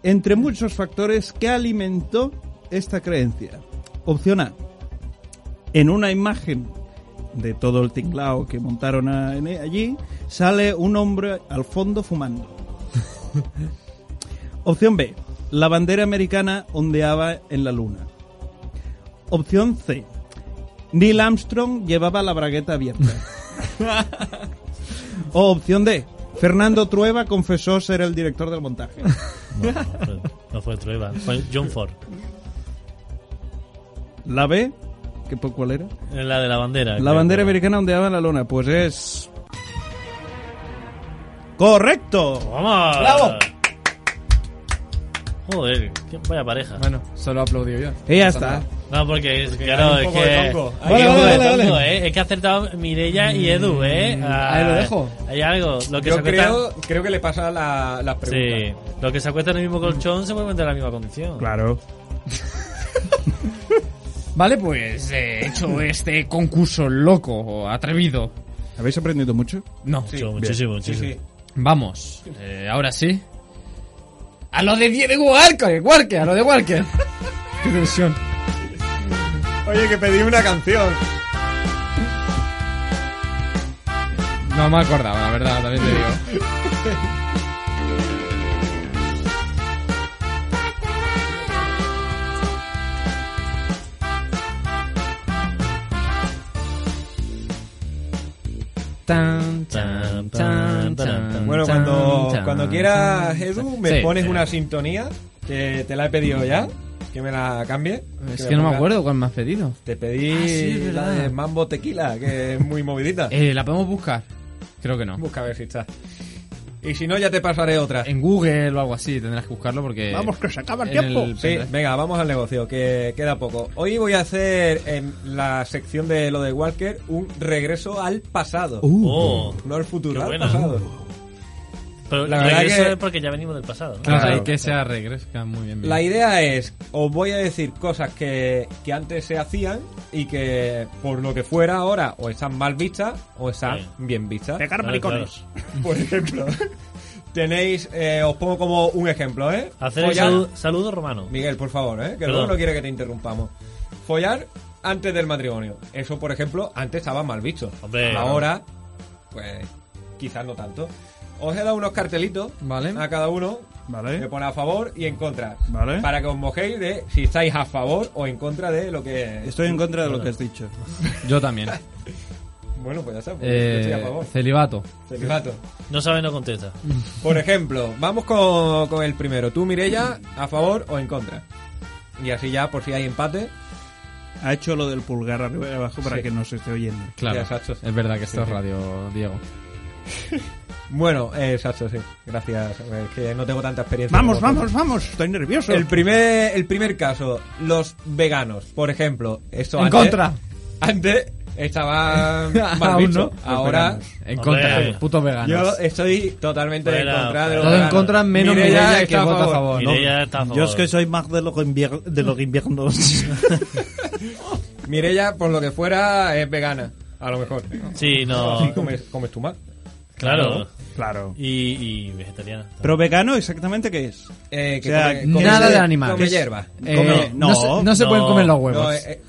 Speaker 6: entre muchos factores que alimentó esta creencia. Opción A. En una imagen de todo el tinglao que montaron a- en- e- allí, sale un hombre al fondo fumando. Opción B. La bandera americana ondeaba en la luna. Opción C. Neil Armstrong llevaba la bragueta abierta. o opción D. Fernando Trueba confesó ser el director del montaje.
Speaker 4: No, no fue- pues, no fue Trueba. Fue John Ford.
Speaker 6: La B, ¿qué por cuál era?
Speaker 4: Eh, La de la bandera.
Speaker 6: La
Speaker 4: que-
Speaker 6: bandera americana ondeaba en la luna, pues es correcto.
Speaker 4: ¡Vamos!
Speaker 6: ¡Bravo!
Speaker 4: Joder, qué- vaya pareja.
Speaker 1: Bueno, solo aplaudió yo.
Speaker 6: Y ya
Speaker 1: No
Speaker 6: está.
Speaker 1: nada.
Speaker 4: No, porque, es- claro, es
Speaker 5: hay un
Speaker 4: que.
Speaker 5: poco de tongo.
Speaker 4: hay
Speaker 6: Vale,
Speaker 4: un poco
Speaker 6: vale,
Speaker 4: de
Speaker 6: vale,
Speaker 4: tongo, ¿eh? Es que ha acertado Mirella y Edu, ¿eh? Ah,
Speaker 1: ahí lo dejo.
Speaker 4: Hay algo. Lo que se
Speaker 5: Yo
Speaker 4: acuestan-
Speaker 5: creo, creo que le pasa la, las
Speaker 4: Sí,
Speaker 5: preguntas.
Speaker 4: lo que se acuesta en el mismo colchón se puede meter en la misma condición.
Speaker 6: Claro.
Speaker 1: Vale, pues eh, hecho este concurso loco, o atrevido.
Speaker 6: ¿Habéis aprendido mucho?
Speaker 1: No.
Speaker 4: Mucho, muchísimo,
Speaker 5: Sí,
Speaker 4: muchísimo.
Speaker 5: sí.
Speaker 1: Vamos, eh, ahora sí. A lo de Diego Walker, Walker, a lo de Walker. Qué tensión.
Speaker 5: Oye, que pedí una canción.
Speaker 1: No me acordaba, la verdad, también te digo. Tan, tan, tan, tan,
Speaker 5: Bueno,
Speaker 1: tan,
Speaker 5: cuando,
Speaker 1: tan,
Speaker 5: cuando quieras, Edu, me
Speaker 1: Sí.
Speaker 5: pones una sintonía que te la he pedido ya, que me la cambie.
Speaker 1: Es
Speaker 5: me
Speaker 1: que no me
Speaker 5: ponga-
Speaker 1: acuerdo cuál me has pedido.
Speaker 5: Te pedí
Speaker 1: Ah, sí, es
Speaker 5: la
Speaker 1: verdad.
Speaker 5: de Mambo Tequila, que es muy movidita.
Speaker 1: Eh, ¿La podemos buscar? Creo que no.
Speaker 5: Busca a ver si está. Y si no, ya te pasaré otra.
Speaker 1: En Google o algo así tendrás que buscarlo porque...
Speaker 6: Vamos, que se acaba el
Speaker 1: en
Speaker 6: tiempo.
Speaker 5: Sí, venga, vamos al negocio, que queda poco. Hoy voy a hacer en la sección de lo de Walker un regreso al pasado.
Speaker 1: Uh.
Speaker 4: Oh,
Speaker 5: Uh, No al futuro,
Speaker 4: Qué
Speaker 5: al
Speaker 4: buena.
Speaker 5: pasado.
Speaker 4: pero
Speaker 5: La
Speaker 4: la
Speaker 5: verdad
Speaker 4: verdad eso
Speaker 5: que-
Speaker 4: es porque ya venimos del pasado. ¿no?
Speaker 1: Claro,
Speaker 5: Claro.
Speaker 1: sí, que sea regresca muy bien. bien.
Speaker 5: La idea es, os voy a decir cosas que, que antes se hacían y que por lo que fuera ahora o están mal vistas o están
Speaker 4: Sí.
Speaker 5: bien vistas.
Speaker 6: Pegar
Speaker 4: Claro,
Speaker 6: maricones.
Speaker 5: Por ejemplo, tenéis, eh, os pongo como un ejemplo, ¿eh?
Speaker 4: Hacer el
Speaker 5: Follar-
Speaker 4: saludo, saludo romano.
Speaker 5: Miguel, por favor, ¿eh? que
Speaker 4: Perdón.
Speaker 5: luego no quiero que te interrumpamos. Follar antes del matrimonio. Eso, por ejemplo, antes estaba mal visto.
Speaker 4: Hombre.
Speaker 5: Ahora, pues, quizás no tanto. Os he dado unos cartelitos
Speaker 1: Vale.
Speaker 5: a cada uno.
Speaker 6: Vale.
Speaker 5: Que pone a favor y en contra.
Speaker 6: Vale.
Speaker 5: Para que os mojéis de si estáis a favor o en contra de lo que.
Speaker 6: Estoy en contra de lo que has dicho.
Speaker 1: Yo también.
Speaker 5: Bueno, pues ya sabes, yo estoy a
Speaker 1: eh,
Speaker 5: favor.
Speaker 1: celibato.
Speaker 5: Celibato.
Speaker 4: No sabe, no contesta.
Speaker 5: Por ejemplo, vamos con, con el primero. Tú, Mirella, a favor o en contra. Y así ya, por si hay empate.
Speaker 6: Ha hecho lo del pulgar arriba y abajo para
Speaker 5: Sí.
Speaker 6: que no se esté oyendo.
Speaker 1: Claro.
Speaker 5: Ya, exacto.
Speaker 1: es verdad que esto
Speaker 5: Sí,
Speaker 1: es
Speaker 5: sí.
Speaker 1: radio, Diego.
Speaker 5: Bueno, eh, exacto, sí. Gracias. Es que no tengo tanta experiencia.
Speaker 6: Vamos,
Speaker 5: como tú.
Speaker 6: vamos, vamos. Estoy nervioso.
Speaker 5: El primer, el primer caso, los veganos, por ejemplo. Esto
Speaker 1: En
Speaker 5: antes-
Speaker 1: contra.
Speaker 5: Antes estaban mal
Speaker 1: Aún
Speaker 5: visto.
Speaker 1: no.
Speaker 5: Ahora
Speaker 1: En
Speaker 4: Hombre.
Speaker 1: contra, los putos
Speaker 5: yo
Speaker 1: veganos.
Speaker 5: estoy totalmente en
Speaker 4: Fuera,
Speaker 5: contra de
Speaker 4: fuera.
Speaker 5: los
Speaker 1: Todo en
Speaker 5: veganos.
Speaker 1: contra, menos
Speaker 5: Mireia
Speaker 1: Mireia que
Speaker 5: está
Speaker 1: vota a favor.
Speaker 4: Mire, ya está a favor.
Speaker 6: Yo es que soy más de los, invier- de los inviernos.
Speaker 5: Mireia, por lo que fuera, es vegana. A lo mejor.
Speaker 4: Sí, no.
Speaker 5: Sí, comes, comes tú más.
Speaker 4: Claro.
Speaker 6: Claro.
Speaker 4: Y, y vegetariana.
Speaker 6: Pero vegano, exactamente qué es?
Speaker 5: Eh, que
Speaker 6: O sea,
Speaker 5: come-
Speaker 6: que-
Speaker 5: come-
Speaker 1: nada de
Speaker 5: come
Speaker 1: animales.
Speaker 5: hierba.
Speaker 1: Eh,
Speaker 6: Come-
Speaker 1: no,
Speaker 6: no,
Speaker 1: se, no se
Speaker 4: no.
Speaker 1: pueden comer los huevos.
Speaker 5: No, eh, eh,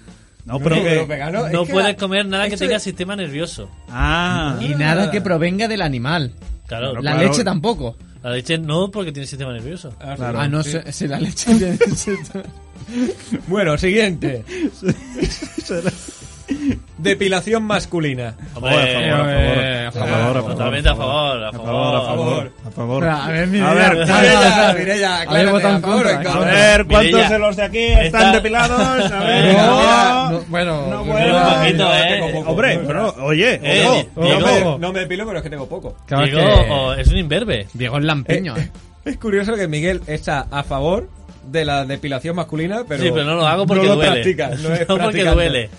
Speaker 6: No, pero
Speaker 5: no,
Speaker 6: que-
Speaker 5: pero vegano, es
Speaker 4: no
Speaker 5: que
Speaker 4: puedes
Speaker 5: la-
Speaker 4: comer nada que
Speaker 5: esto
Speaker 4: tenga
Speaker 5: es-
Speaker 4: sistema nervioso.
Speaker 6: Ah.
Speaker 1: y nada
Speaker 5: eh.
Speaker 1: que provenga del animal.
Speaker 4: Claro,
Speaker 6: Claro,
Speaker 1: la
Speaker 6: claro.
Speaker 1: leche tampoco.
Speaker 4: la leche no porque tiene sistema nervioso.
Speaker 5: Ah, sí.
Speaker 1: ah, no,
Speaker 5: Sí.
Speaker 1: si, si la leche tiene-
Speaker 5: Bueno, siguiente. Depilación masculina.
Speaker 4: Hombre,
Speaker 1: Eh,
Speaker 6: a favor, a favor,
Speaker 4: totalmente a favor, a
Speaker 6: A
Speaker 4: favor.
Speaker 6: favor, a favor, a favor.
Speaker 1: Pero, a ver, mi idea,
Speaker 6: A ver,
Speaker 1: o sea,
Speaker 5: Mirella, Mirella,
Speaker 1: a ver,
Speaker 5: aclárate,
Speaker 1: vota en
Speaker 5: a favor o en
Speaker 1: contra,
Speaker 6: A
Speaker 5: contra.
Speaker 6: ver, ¿cuántos
Speaker 4: Mirella,
Speaker 6: de los de aquí están
Speaker 4: está-
Speaker 6: depilados? A ver,
Speaker 4: Venga,
Speaker 6: no.
Speaker 1: no, bueno,
Speaker 6: No
Speaker 1: bueno,
Speaker 6: vuelvo.
Speaker 4: Un poquito,
Speaker 5: no,
Speaker 4: eh.
Speaker 5: tengo poco.
Speaker 6: Hombre, pero, oye,
Speaker 4: Eh,
Speaker 6: ojo,
Speaker 4: di-
Speaker 6: no
Speaker 4: digo-
Speaker 6: me-
Speaker 5: No, no me depilo, pero es que tengo poco.
Speaker 1: claro
Speaker 4: Diego
Speaker 1: que-
Speaker 4: o- es un imberbe.
Speaker 1: Diego es lampiño, eh.
Speaker 5: Es curioso que Miguel está a favor de la depilación masculina, pero,
Speaker 4: sí, pero no lo hago porque
Speaker 5: no lo
Speaker 4: duele.
Speaker 5: practica, no es
Speaker 4: porque
Speaker 5: practicante.
Speaker 4: duele.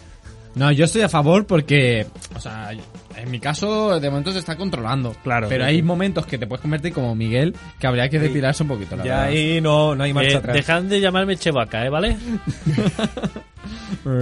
Speaker 1: No, yo estoy a favor porque, o sea, en mi caso de momento se está controlando.
Speaker 6: Claro.
Speaker 1: Pero hay momentos que te puedes convertir como Miguel que habría que depilarse un poquito, la
Speaker 5: Ya
Speaker 1: verdad.
Speaker 5: ahí no, no hay marcha
Speaker 4: Eh,
Speaker 5: atrás.
Speaker 4: dejad de llamarme Chevaca, ¿eh? ¿Vale?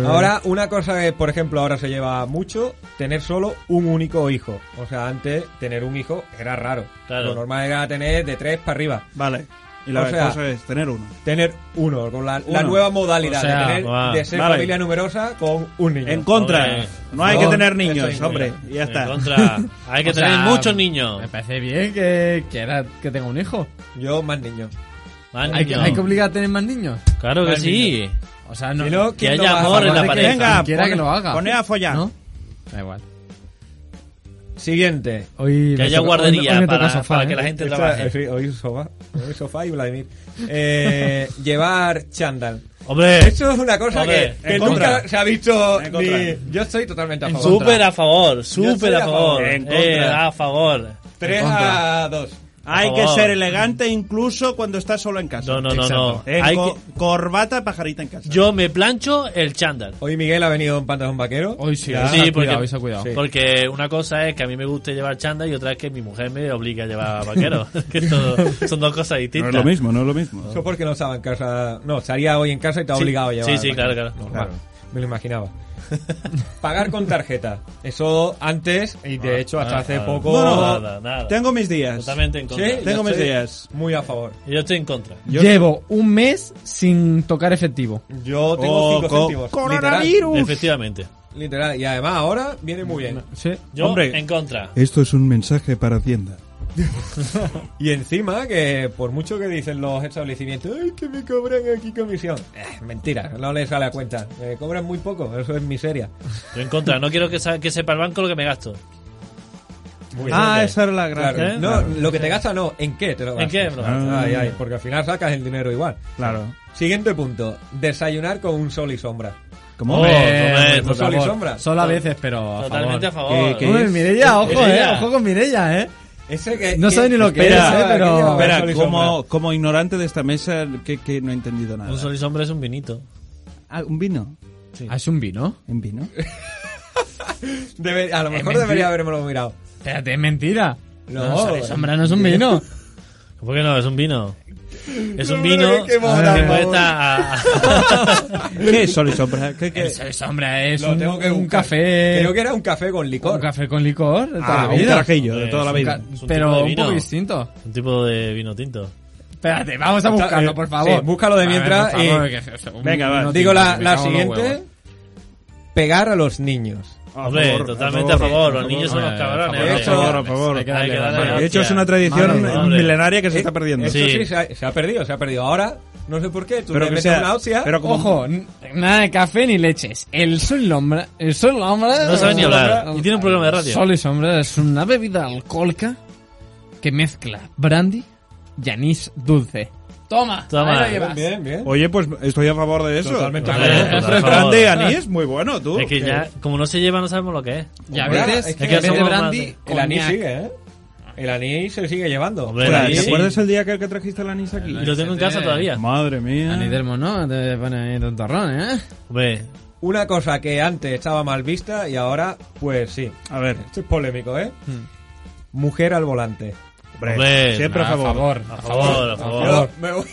Speaker 5: Ahora, una cosa que, por ejemplo, ahora se lleva mucho, tener solo un único hijo. O sea, antes tener un hijo era raro.
Speaker 4: Claro.
Speaker 5: Lo normal era tener de tres para arriba.
Speaker 6: Vale. Y la
Speaker 5: O sea-
Speaker 6: cosa es tener uno.
Speaker 5: Tener uno, con la, la
Speaker 6: Uno.
Speaker 5: nueva modalidad
Speaker 4: O sea,
Speaker 5: de, tener-
Speaker 4: va,
Speaker 5: de ser
Speaker 6: vale.
Speaker 5: familia numerosa con un niño.
Speaker 6: En contra.
Speaker 4: Hombre.
Speaker 6: No hay
Speaker 5: No,
Speaker 6: que tener
Speaker 5: estoy
Speaker 6: niños,
Speaker 5: muy
Speaker 6: hombre.
Speaker 5: bien.
Speaker 6: Y ya
Speaker 4: En
Speaker 6: está.
Speaker 4: contra. Hay que
Speaker 1: O
Speaker 4: tener
Speaker 1: sea,
Speaker 4: muchos
Speaker 1: Me
Speaker 4: niños.
Speaker 1: parece bien que, que, era- que tenga un hijo.
Speaker 5: Yo más niños.
Speaker 4: Más
Speaker 1: Hay, que-
Speaker 4: niños.
Speaker 1: hay que obligar a tener más niños.
Speaker 4: Claro que
Speaker 5: más
Speaker 4: sí.
Speaker 1: O sea, no.
Speaker 5: Si no,
Speaker 4: Que
Speaker 5: ¿quién lo
Speaker 4: haya
Speaker 5: va a
Speaker 4: amor en la
Speaker 1: Aparte que-
Speaker 4: pareja.
Speaker 6: Venga,
Speaker 1: Quiera que lo haga.
Speaker 6: Poné a follar.
Speaker 1: ¿No? Da igual.
Speaker 5: Siguiente.
Speaker 1: Hoy
Speaker 4: Que
Speaker 1: me
Speaker 4: haya
Speaker 1: toca-
Speaker 4: guardería
Speaker 1: hoy- hoy me toca
Speaker 4: para,
Speaker 1: sofá,
Speaker 4: para
Speaker 1: ¿eh?
Speaker 4: que la gente
Speaker 5: Esta-
Speaker 4: trabaje.
Speaker 5: sí, hoy sofá, hoy sofá y Vladimir. Eh, llevar chándal.
Speaker 4: Hombre,
Speaker 5: Eso es una
Speaker 4: Eh.
Speaker 5: cosa
Speaker 4: Hombre,
Speaker 5: que, que
Speaker 6: en
Speaker 5: nunca
Speaker 6: contra.
Speaker 5: se ha visto.
Speaker 6: En
Speaker 5: ni-
Speaker 6: contra.
Speaker 5: yo estoy totalmente a favor.
Speaker 4: súper a favor, súper
Speaker 5: estoy
Speaker 4: a
Speaker 5: a favor.
Speaker 4: favor.
Speaker 6: En
Speaker 4: Eh,
Speaker 6: contra.
Speaker 4: a favor.
Speaker 5: 3 a 2.
Speaker 6: Hay
Speaker 4: Por
Speaker 6: que
Speaker 4: favor.
Speaker 6: ser elegante incluso cuando estás solo en casa.
Speaker 4: No, no, no, no.
Speaker 6: En
Speaker 4: Hay
Speaker 6: co-
Speaker 4: que-
Speaker 6: Corbata, pajarita en casa.
Speaker 4: yo me plancho el chándal.
Speaker 5: Hoy Miguel ha venido en pantalón vaquero.
Speaker 1: Hoy sí,
Speaker 5: Ya.
Speaker 1: hoy se
Speaker 4: Sí,
Speaker 1: ha
Speaker 4: porque-
Speaker 1: cuidado, hoy se ha cuidado.
Speaker 5: Sí.
Speaker 4: Porque una cosa es que a mí me guste llevar chándal y otra es que mi mujer me obliga a llevar vaquero. que esto son dos cosas
Speaker 6: no
Speaker 4: distintas.
Speaker 6: es lo mismo, no es lo mismo.
Speaker 5: Eso porque no estaba en casa. No, estaría hoy en casa y te ha
Speaker 4: Sí.
Speaker 5: obligado a llevar.
Speaker 4: Sí, sí,
Speaker 5: vaquero.
Speaker 4: claro, claro.
Speaker 5: Normal.
Speaker 6: Claro.
Speaker 5: Me lo imaginaba. Pagar con tarjeta. Eso antes, y de hecho hasta
Speaker 4: ah,
Speaker 5: hace
Speaker 4: ah.
Speaker 5: poco.
Speaker 6: No, no,
Speaker 4: Nada, nada.
Speaker 6: Tengo mis días.
Speaker 4: Totalmente en contra.
Speaker 5: Sí,
Speaker 6: Tengo
Speaker 5: yo
Speaker 6: mis
Speaker 5: estoy
Speaker 6: días.
Speaker 5: Muy a favor.
Speaker 4: Y Yo estoy en contra.
Speaker 1: Llevo un mes sin tocar efectivo.
Speaker 5: Yo tengo
Speaker 6: Oh,
Speaker 5: 5
Speaker 6: co-
Speaker 5: céntimos. Literal,
Speaker 6: coronavirus.
Speaker 4: Efectivamente.
Speaker 5: literal. Y además ahora viene muy bien.
Speaker 1: Sí.
Speaker 4: Yo
Speaker 6: Hombre.
Speaker 4: en contra.
Speaker 6: Esto es un mensaje para Hacienda.
Speaker 5: Y encima que por mucho que dicen los establecimientos, ¡ay, que me cobran aquí comisión! Eh, mentira, no les sale a cuenta. Me cobran muy poco, eso es miseria.
Speaker 4: Yo en contra. No quiero que, sa- que sepa el banco lo que me gasto.
Speaker 5: Muy
Speaker 6: Ah,
Speaker 5: bien.
Speaker 6: esa era la
Speaker 5: Claro,
Speaker 1: ¿eh?
Speaker 6: gracia.
Speaker 5: no, lo que te gasta no, ¿en qué te lo
Speaker 4: ¿En
Speaker 5: gastas?
Speaker 4: qué? bro?
Speaker 6: Ah.
Speaker 5: Ay, ay, porque al final sacas el dinero igual.
Speaker 6: Claro.
Speaker 5: Siguiente punto, desayunar con un sol y sombra.
Speaker 6: ¿Cómo?
Speaker 4: Hombre,
Speaker 1: Eh,
Speaker 4: hombre,
Speaker 1: por
Speaker 5: sol y
Speaker 1: favor.
Speaker 5: sombra.
Speaker 1: Solo a veces, pero a
Speaker 4: Totalmente a
Speaker 1: favor.
Speaker 4: favor.
Speaker 6: ¿Qué- qué?
Speaker 1: Hombre,
Speaker 6: Es-
Speaker 1: Mirella, ojo,
Speaker 4: Mirella.
Speaker 1: eh. Ojo con Mirella, eh.
Speaker 5: Ese que,
Speaker 1: No
Speaker 5: que-
Speaker 1: sabe ni lo que
Speaker 6: Espera,
Speaker 1: es, eh, pero-
Speaker 5: ¿qué
Speaker 1: Espera,
Speaker 5: lleva sol
Speaker 6: Espera,
Speaker 5: y
Speaker 6: como,
Speaker 5: sombra?
Speaker 6: como ignorante de esta mesa que, que no he entendido nada.
Speaker 4: Un sol y sombra es un vinito.
Speaker 6: Ah, ¿un vino?
Speaker 1: Ah, ¿Es un vino?
Speaker 6: ¿En vino?
Speaker 5: Debe- a lo mejor
Speaker 1: mentira.
Speaker 5: debería haberme mirado.
Speaker 1: Espérate, es mentira.
Speaker 5: No,
Speaker 1: Sol y sombra no es un vino.
Speaker 4: ¿Por qué no? Es un vino. Es
Speaker 5: No,
Speaker 4: un
Speaker 5: pero
Speaker 4: vino
Speaker 5: qué moda,
Speaker 4: que
Speaker 5: por favor.
Speaker 4: cuesta a- a-
Speaker 6: ¿Qué es sol y sombra? ¿Qué, qué?
Speaker 1: El sol y sombra es
Speaker 5: Lo
Speaker 1: un,
Speaker 5: tengo que
Speaker 1: un
Speaker 5: buscar.
Speaker 1: café.
Speaker 5: Creo que era un café con licor.
Speaker 1: Un café con licor. de toda
Speaker 6: Ah,
Speaker 1: la
Speaker 6: un
Speaker 1: vida.
Speaker 6: carajillo de toda la
Speaker 1: Un ca-
Speaker 6: vida.
Speaker 4: Es un tipo de
Speaker 1: Pero un
Speaker 4: vino.
Speaker 1: poco distinto.
Speaker 4: un tipo de vino tinto.
Speaker 1: Espérate, vamos a buscarlo, por favor.
Speaker 5: Sí, búscalo de
Speaker 1: A ver,
Speaker 5: mientras
Speaker 1: por favor,
Speaker 5: y-
Speaker 1: que- que- un-
Speaker 6: Venga, va.
Speaker 1: no
Speaker 5: Digo
Speaker 1: tinto,
Speaker 5: la,
Speaker 1: me
Speaker 5: la
Speaker 1: cago en los
Speaker 5: siguiente,
Speaker 1: huevos.
Speaker 5: pegar a los niños.
Speaker 6: A
Speaker 4: Hombre,
Speaker 6: favor,
Speaker 4: totalmente a favor. Los
Speaker 1: favor,
Speaker 4: niños son los
Speaker 1: eh,
Speaker 4: cabrones.
Speaker 5: a
Speaker 4: hombre.
Speaker 5: favor,
Speaker 6: a favor.
Speaker 1: Hay que
Speaker 4: Hay
Speaker 1: darle
Speaker 4: que
Speaker 1: la
Speaker 4: darle
Speaker 1: mano.
Speaker 4: la
Speaker 6: De hecho, es
Speaker 4: hostia.
Speaker 6: una tradición
Speaker 1: Madre
Speaker 4: mía. Eh,
Speaker 6: milenaria que se está perdiendo.
Speaker 5: Eh, Eso
Speaker 4: Sí.
Speaker 5: sí, se ha, se ha perdido, se ha perdido. Ahora, no sé por qué, tú
Speaker 6: Pero
Speaker 5: te
Speaker 6: que
Speaker 5: metes
Speaker 6: sea-
Speaker 5: una hostia.
Speaker 6: pero como-
Speaker 1: Ojo, n- nada de café ni leches. El sol y sombra. El sol y sombra.
Speaker 4: No sabe ni hablar. Y tiene un programa de radio.
Speaker 1: Sol y sombra es una bebida alcohólica que mezcla brandy y anís dulce. Toma,
Speaker 4: Toma.
Speaker 1: ahí lo llevas.
Speaker 5: bien, bien, bien.
Speaker 6: Oye, pues estoy a favor de eso. Ah,
Speaker 5: Totalmente
Speaker 4: a favor. ¿eh? Totalmente a favor.
Speaker 6: Grande anís, muy bueno, tú.
Speaker 4: Es que ya, como no se lleva, no sabemos lo que es.
Speaker 1: Y a
Speaker 5: Hombre,
Speaker 1: veces,
Speaker 5: es que
Speaker 1: en vez de
Speaker 4: somos más
Speaker 1: brandy,
Speaker 4: de-
Speaker 5: El anís
Speaker 1: coñac.
Speaker 5: sigue, ¿eh? El anís se sigue llevando.
Speaker 4: Hombre,
Speaker 5: Por
Speaker 4: el
Speaker 6: Espera,
Speaker 5: ahí-
Speaker 4: anís
Speaker 6: Pues, ¿Te
Speaker 4: sí.
Speaker 6: acuerdas el día que, que trajiste el anís
Speaker 4: Y
Speaker 6: aquí?
Speaker 4: lo tengo en casa todavía.
Speaker 6: Madre mía.
Speaker 1: Anís del mono, te pone ahí tontorrón, ¿eh?
Speaker 4: Hombre,
Speaker 5: Una cosa que antes estaba mal vista y ahora, pues sí.
Speaker 6: A ver,
Speaker 5: Esto es polémico, ¿eh?
Speaker 6: Hmm.
Speaker 5: Mujer al volante.
Speaker 6: hombre,
Speaker 4: Hombre,
Speaker 6: siempre a
Speaker 1: A
Speaker 6: favor.
Speaker 1: favor,
Speaker 4: a favor, a
Speaker 5: Yo
Speaker 4: favor.
Speaker 5: me voy-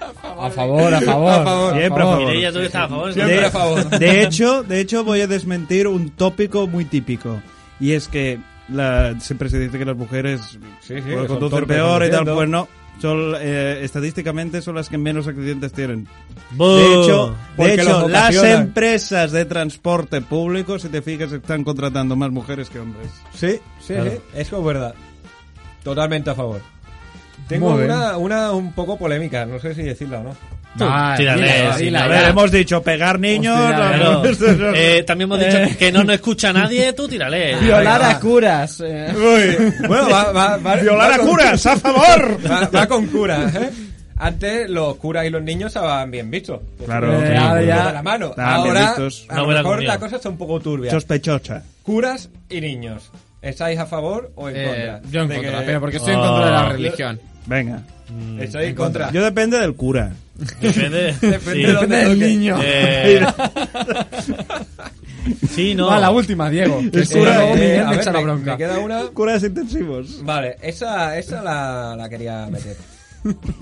Speaker 1: a favor, a favor.
Speaker 5: A favor.
Speaker 6: Siempre a Oh. favor.
Speaker 4: Mireia, tú que estás a favor.
Speaker 5: Siempre a favor.
Speaker 6: De hecho, de hecho voy a desmentir un tópico muy típico y es que la- siempre se dice que las mujeres
Speaker 5: Sí, sí,
Speaker 6: pues,
Speaker 5: que son
Speaker 6: conducen
Speaker 5: torpes
Speaker 6: peor y tal,
Speaker 5: conduciendo.
Speaker 6: pues no. Son, eh, estadísticamente son las que menos accidentes tienen.
Speaker 4: ¡Boo!
Speaker 6: De hecho, de
Speaker 5: Oh. Porque los
Speaker 6: hecho las
Speaker 5: ocasionan.
Speaker 6: empresas de transporte público, si te fijas, están contratando más mujeres que hombres.
Speaker 5: Sí, sí,
Speaker 4: Claro.
Speaker 5: sí, eso es verdad. Totalmente a favor. Tengo una, una un poco polémica, no sé si decirla o no.
Speaker 4: Tú,
Speaker 1: Vale,
Speaker 4: tírale,
Speaker 1: dila,
Speaker 5: Ah,
Speaker 4: sí,
Speaker 1: dila,
Speaker 4: a
Speaker 1: ya.
Speaker 4: ver, hemos-
Speaker 6: dicho pegar niños.
Speaker 4: Claro.
Speaker 6: no, no, no.
Speaker 4: Eh, también hemos dicho que no nos escucha nadie, tú tírale.
Speaker 8: Violar
Speaker 5: Venga,
Speaker 8: a
Speaker 5: va.
Speaker 8: curas.
Speaker 1: eh.
Speaker 5: Bueno, va, va, va-
Speaker 6: Violar
Speaker 5: va
Speaker 6: a
Speaker 5: con-
Speaker 6: curas, a favor.
Speaker 5: Va, va con curas, ¿eh? Antes los curas y los niños estaban bien vistos.
Speaker 6: Claro,
Speaker 5: Estaban
Speaker 6: Eh,
Speaker 5: bien
Speaker 8: ahora
Speaker 5: vistos
Speaker 8: ya-
Speaker 5: de la mano.
Speaker 6: Estaban bien
Speaker 5: Ahora,
Speaker 6: vistos.
Speaker 5: a
Speaker 4: Una
Speaker 5: lo
Speaker 4: buena
Speaker 5: mejor
Speaker 4: comunión.
Speaker 5: la cosa está un poco turbia.
Speaker 6: Sospechosa.
Speaker 5: Curas y niños. ¿Estáis a favor o en
Speaker 1: Eh,
Speaker 5: contra?
Speaker 1: yo en
Speaker 5: De
Speaker 1: contra,
Speaker 5: que-
Speaker 1: pero porque estoy en contra de la
Speaker 4: Ah.
Speaker 1: religión.
Speaker 6: Venga.
Speaker 5: ¿Estáis en contra?
Speaker 6: Yo depende del cura.
Speaker 4: Depende, sí.
Speaker 5: de dónde toque.
Speaker 4: Eh, sí, no.
Speaker 8: Va, la última, Diego. Que si no,
Speaker 5: Eh,
Speaker 8: luego Miguel
Speaker 5: a
Speaker 8: me
Speaker 5: ver,
Speaker 8: echa la bronca.
Speaker 5: me queda una...
Speaker 6: Curas intensivos.
Speaker 5: Vale, esa, esa la, la quería meter.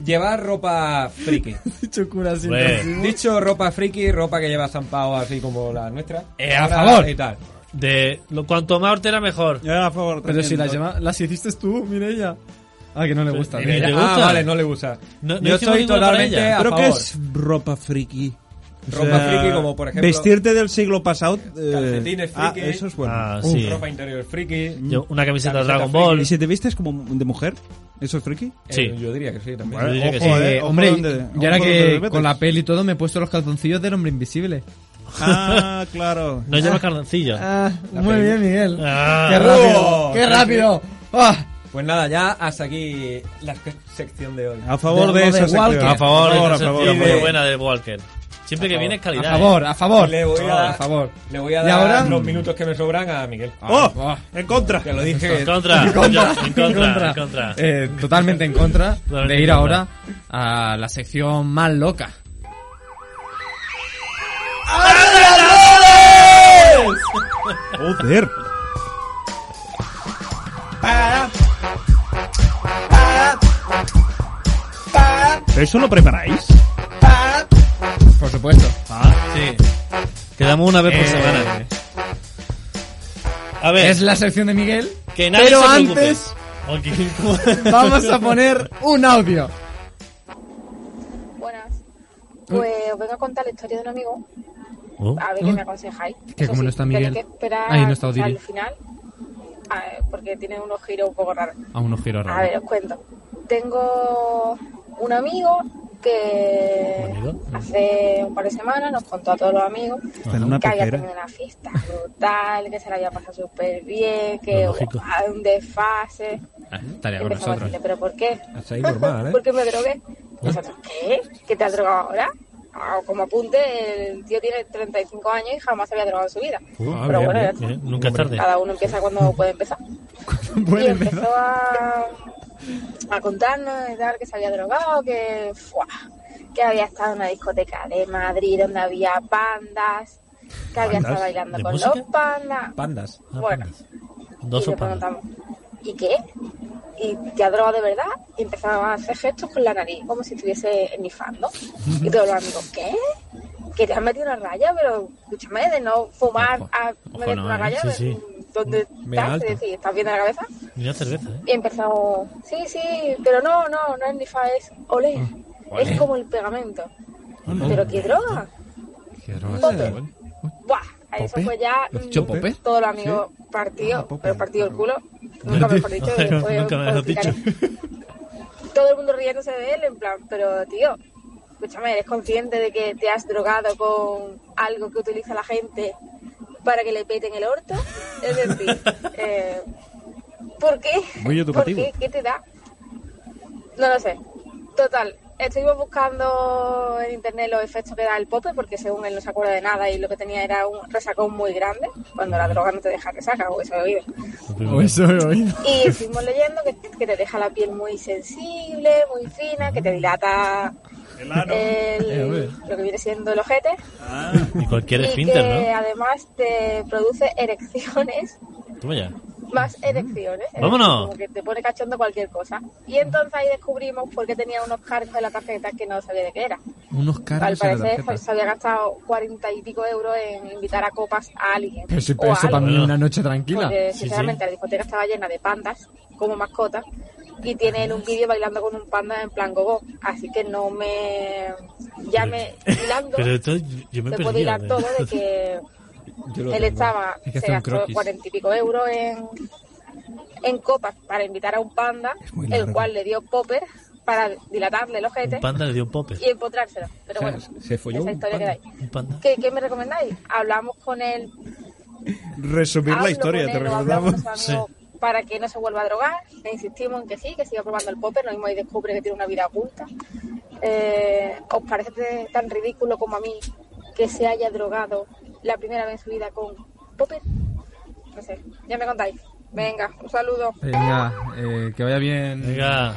Speaker 5: Llevar ropa friki.
Speaker 8: Dicho curas sin
Speaker 4: Hombre.
Speaker 8: racimo.
Speaker 5: Dicho ropa friki, ropa que lleva zampado así como la nuestra.
Speaker 4: Eh, a
Speaker 5: Ahora
Speaker 4: favor.
Speaker 5: Y tal.
Speaker 4: De, lo, cuanto más hortera, mejor.
Speaker 6: Yo a favor.
Speaker 8: Pero
Speaker 6: también.
Speaker 8: si las, llama- las hiciste tú, Mireia. Ah, que no le gusta.
Speaker 4: Eh,
Speaker 8: bien.
Speaker 4: ¿Te
Speaker 5: ah,
Speaker 4: gusta?
Speaker 5: vale, no le gusta.
Speaker 4: No- no
Speaker 5: Yo
Speaker 4: hicimos
Speaker 5: estoy
Speaker 4: ninguna para
Speaker 5: totalmente
Speaker 4: ella.
Speaker 5: a
Speaker 6: ¿Pero
Speaker 5: favor.
Speaker 6: qué es ropa friki? O
Speaker 5: Ropa
Speaker 6: sea,
Speaker 5: friki como, por ejemplo,
Speaker 6: Vestirte del siglo pasado. eh,
Speaker 5: Calcetines
Speaker 6: ah,
Speaker 5: friki.
Speaker 6: eso es bueno.
Speaker 4: Ah, sí.
Speaker 5: ropa interior friki.
Speaker 4: Yo, una camiseta de
Speaker 5: Camiseta
Speaker 4: Dragon
Speaker 5: friki.
Speaker 4: Ball.
Speaker 6: ¿Y si te vistes como de mujer? ¿Eso es friki?
Speaker 5: Eh,
Speaker 4: Sí.
Speaker 5: yo diría que sí también.
Speaker 4: Yo diría que
Speaker 6: ojo,
Speaker 4: sí.
Speaker 6: eh,
Speaker 1: Eh,
Speaker 6: ojo
Speaker 1: hombre,
Speaker 6: donde-
Speaker 1: y ahora
Speaker 6: ojo donde
Speaker 1: que
Speaker 6: te metes.
Speaker 1: con la peli y todo me he puesto los calzoncillos del hombre invisible.
Speaker 6: Ah, claro.
Speaker 4: No llevas cardoncillo.
Speaker 8: Ah, muy bien, Miguel.
Speaker 4: Ah.
Speaker 8: ¡Qué rápido!
Speaker 5: Oh,
Speaker 8: ¡Qué rápido! Ah,
Speaker 5: Pues nada, ya hasta aquí la sec- sección de hoy.
Speaker 6: A favor
Speaker 8: De-
Speaker 6: de,
Speaker 8: de
Speaker 6: esa sección.
Speaker 8: Walker.
Speaker 4: A favor,
Speaker 6: a
Speaker 4: de
Speaker 6: favor,
Speaker 4: esa
Speaker 6: a favor.
Speaker 4: sección
Speaker 5: a
Speaker 4: muy
Speaker 5: favor.
Speaker 4: buena de Walker. Siempre que viene es
Speaker 1: A
Speaker 4: calidad. ¿eh?
Speaker 1: favor, a favor.
Speaker 5: Le voy a dar-
Speaker 1: a favor. Ah,
Speaker 5: Le voy a
Speaker 8: ¿Y
Speaker 5: dar
Speaker 8: ahora?
Speaker 5: los minutos que me sobran a Miguel.
Speaker 6: ¡Oh! En contra.
Speaker 5: Te Ah, lo
Speaker 4: eh.
Speaker 5: dije.
Speaker 4: En contra, en contra, en contra. en contra.
Speaker 1: Eh, totalmente en contra
Speaker 4: Totalmente
Speaker 1: de ir
Speaker 4: en contra.
Speaker 1: ahora a la sección más loca.
Speaker 6: Joder. ¿Eso lo preparáis?
Speaker 1: Por supuesto.
Speaker 4: Ah, Sí. Quedamos una vez por semana. A ver,
Speaker 1: Eh, Es la sección de Miguel.
Speaker 4: que nadie
Speaker 8: pero
Speaker 4: se preocupe. Oh,
Speaker 8: antes-
Speaker 4: Ok.
Speaker 8: Vamos a poner un audio.
Speaker 9: Buenas. Pues os vengo a contar la historia de un amigo,
Speaker 4: Oh.
Speaker 9: a ver qué me aconsejáis.
Speaker 1: que
Speaker 9: Eso
Speaker 1: como no está Miguel.
Speaker 9: Tenéis que esperar
Speaker 1: Ahí no está Odile.
Speaker 9: al final, a- porque tiene unos giros un poco raros.
Speaker 1: A unos giros
Speaker 9: A ver,
Speaker 1: raros.
Speaker 9: os cuento. Tengo un amigo que
Speaker 4: ¿Un amigo?
Speaker 9: hace un par de semanas nos contó a todos los amigos
Speaker 6: Está en una
Speaker 9: que había
Speaker 6: pecera.
Speaker 9: tenido una fiesta brutal, que se la había pasado súper bien, que
Speaker 4: Lo lógico.
Speaker 9: hay un desfase.
Speaker 1: Ah, Estaría con
Speaker 9: Empezamos a
Speaker 1: nosotros.
Speaker 9: decirle, ¿pero por qué?
Speaker 5: Hasta ahí normal, ¿eh?
Speaker 9: Porque me drogué. Nosotros, ¿qué? ¿Qué te has drogado ahora? Ah, como apunte, el tío tiene 35 años y jamás se había drogado en su vida.
Speaker 4: Ah,
Speaker 9: Pero
Speaker 4: bien,
Speaker 9: bueno, ya
Speaker 4: bien,
Speaker 9: está.
Speaker 4: bien. Nunca es tarde.
Speaker 9: cada uno empieza cuando puede empezar. y empezó a, a contarnos y tal, que se había drogado, que, ¡fua! que había estado en una discoteca de Madrid donde había pandas, que había estado bailando
Speaker 4: ¿De
Speaker 9: con
Speaker 4: música?
Speaker 9: los pandas.
Speaker 5: Pandas.
Speaker 4: Ah,
Speaker 9: bueno,
Speaker 4: pandas. Dos
Speaker 9: y le
Speaker 4: sopas.
Speaker 9: preguntamos, ¿y qué? ¿Y te ha drogado de verdad? Y empezaba a hacer gestos con la nariz, como si estuviese nifando. Y todos los amigos, ¿qué? Que te has metido una raya, pero escúchame, de no fumar
Speaker 1: Ojo,
Speaker 9: a
Speaker 1: ojo
Speaker 9: meterte
Speaker 1: no,
Speaker 9: una
Speaker 1: eh,
Speaker 9: raya,
Speaker 4: sí, sí.
Speaker 9: ¿dónde
Speaker 5: Me
Speaker 9: estás?
Speaker 5: alta.
Speaker 9: Es decir, ¿estás bien de la cabeza?
Speaker 4: Y una cerveza, ¿eh?
Speaker 9: Y empezó, sí, sí, pero no, no, no es nifa, es olé.
Speaker 1: Mm,
Speaker 9: Es como el pegamento.
Speaker 1: Ah,
Speaker 9: Pero qué droga. Pope. Buah, a eso
Speaker 1: ¿Pope?
Speaker 9: fue ya
Speaker 1: ¿Lo has dicho
Speaker 9: mm,
Speaker 1: Pope?
Speaker 9: todo lo amigo partido, pero partido el culo. Nunca mejor dicho,
Speaker 4: Nunca
Speaker 9: después
Speaker 4: me lo has
Speaker 9: os explicaré. Todo el mundo riéndose de él, en plan, pero tío, escúchame, ¿eres consciente de que te has drogado con algo que utiliza la gente para que le peten el orto? Es decir, eh, ¿por qué?
Speaker 6: Muy educativo.
Speaker 9: ¿Por qué? ¿Qué te da? No lo sé. Total, estuvimos buscando en internet los efectos que da el pope, porque según él no se acuerda de nada y lo que tenía era un resacón muy grande, cuando la droga no te deja resaca, o eso he oído.
Speaker 8: O eso he oído.
Speaker 9: Y estuvimos leyendo que, que te deja la piel muy sensible, muy fina, que te dilata el-
Speaker 8: Eh,
Speaker 9: lo que viene siendo el ojete,
Speaker 4: Y cualquier
Speaker 9: y
Speaker 4: esfínter,
Speaker 9: que además te produce erecciones
Speaker 4: ¿no? Toma ya.
Speaker 9: más erecciones. Es
Speaker 4: Vámonos.
Speaker 9: Como que te pone cachondo cualquier cosa. Y entonces ahí descubrimos por qué tenía unos cargos en la tarjeta que no sabía de qué era.
Speaker 1: Unos caras
Speaker 9: Al parecer pues, se había gastado cuarenta y pico euros en invitar a copas a alguien.
Speaker 1: Pero si
Speaker 9: o a
Speaker 1: eso para
Speaker 9: algo.
Speaker 1: mí una noche tranquila.
Speaker 9: Porque
Speaker 4: Sí,
Speaker 9: sinceramente la discoteca estaba llena de pandas como mascota y tienen un vídeo bailando con un panda en plan gogo. Así que no me. Ya me. Hilando,
Speaker 4: Pero esto yo me ¿eh?
Speaker 9: se
Speaker 4: perdí.
Speaker 9: puede hilar todo de que él estaba.
Speaker 1: Hay que
Speaker 9: Se
Speaker 1: hacer un
Speaker 9: gastó
Speaker 1: croquis.
Speaker 9: cuarenta y pico euros en, en copas para invitar a un panda,
Speaker 6: muy
Speaker 9: el
Speaker 6: largo.
Speaker 9: cual le dio popper para dilatarle los
Speaker 4: Un
Speaker 9: ojete
Speaker 4: panda le dio un popper.
Speaker 9: y empotrárselo. Pero bueno,
Speaker 5: Se folló
Speaker 9: esa
Speaker 5: un
Speaker 9: historia
Speaker 5: panda.
Speaker 9: queda ahí.
Speaker 4: Un panda.
Speaker 9: ¿Qué, ¿Qué me recomendáis? Hablamos con él
Speaker 6: Resumir la
Speaker 9: Hablo
Speaker 6: historia,
Speaker 9: con
Speaker 6: te
Speaker 9: él, lo
Speaker 6: recordamos.
Speaker 9: hablamos con su amigo Para que no se vuelva a drogar, le insistimos en que sí, que siga probando el popper, lo mismo y descubre que tiene una vida oculta. Eh, ¿Os parece tan ridículo como a mí que se haya drogado la primera vez en su vida con popper? No sé, ya me contáis. Venga, un saludo.
Speaker 1: Venga, eh, que vaya bien
Speaker 4: Venga,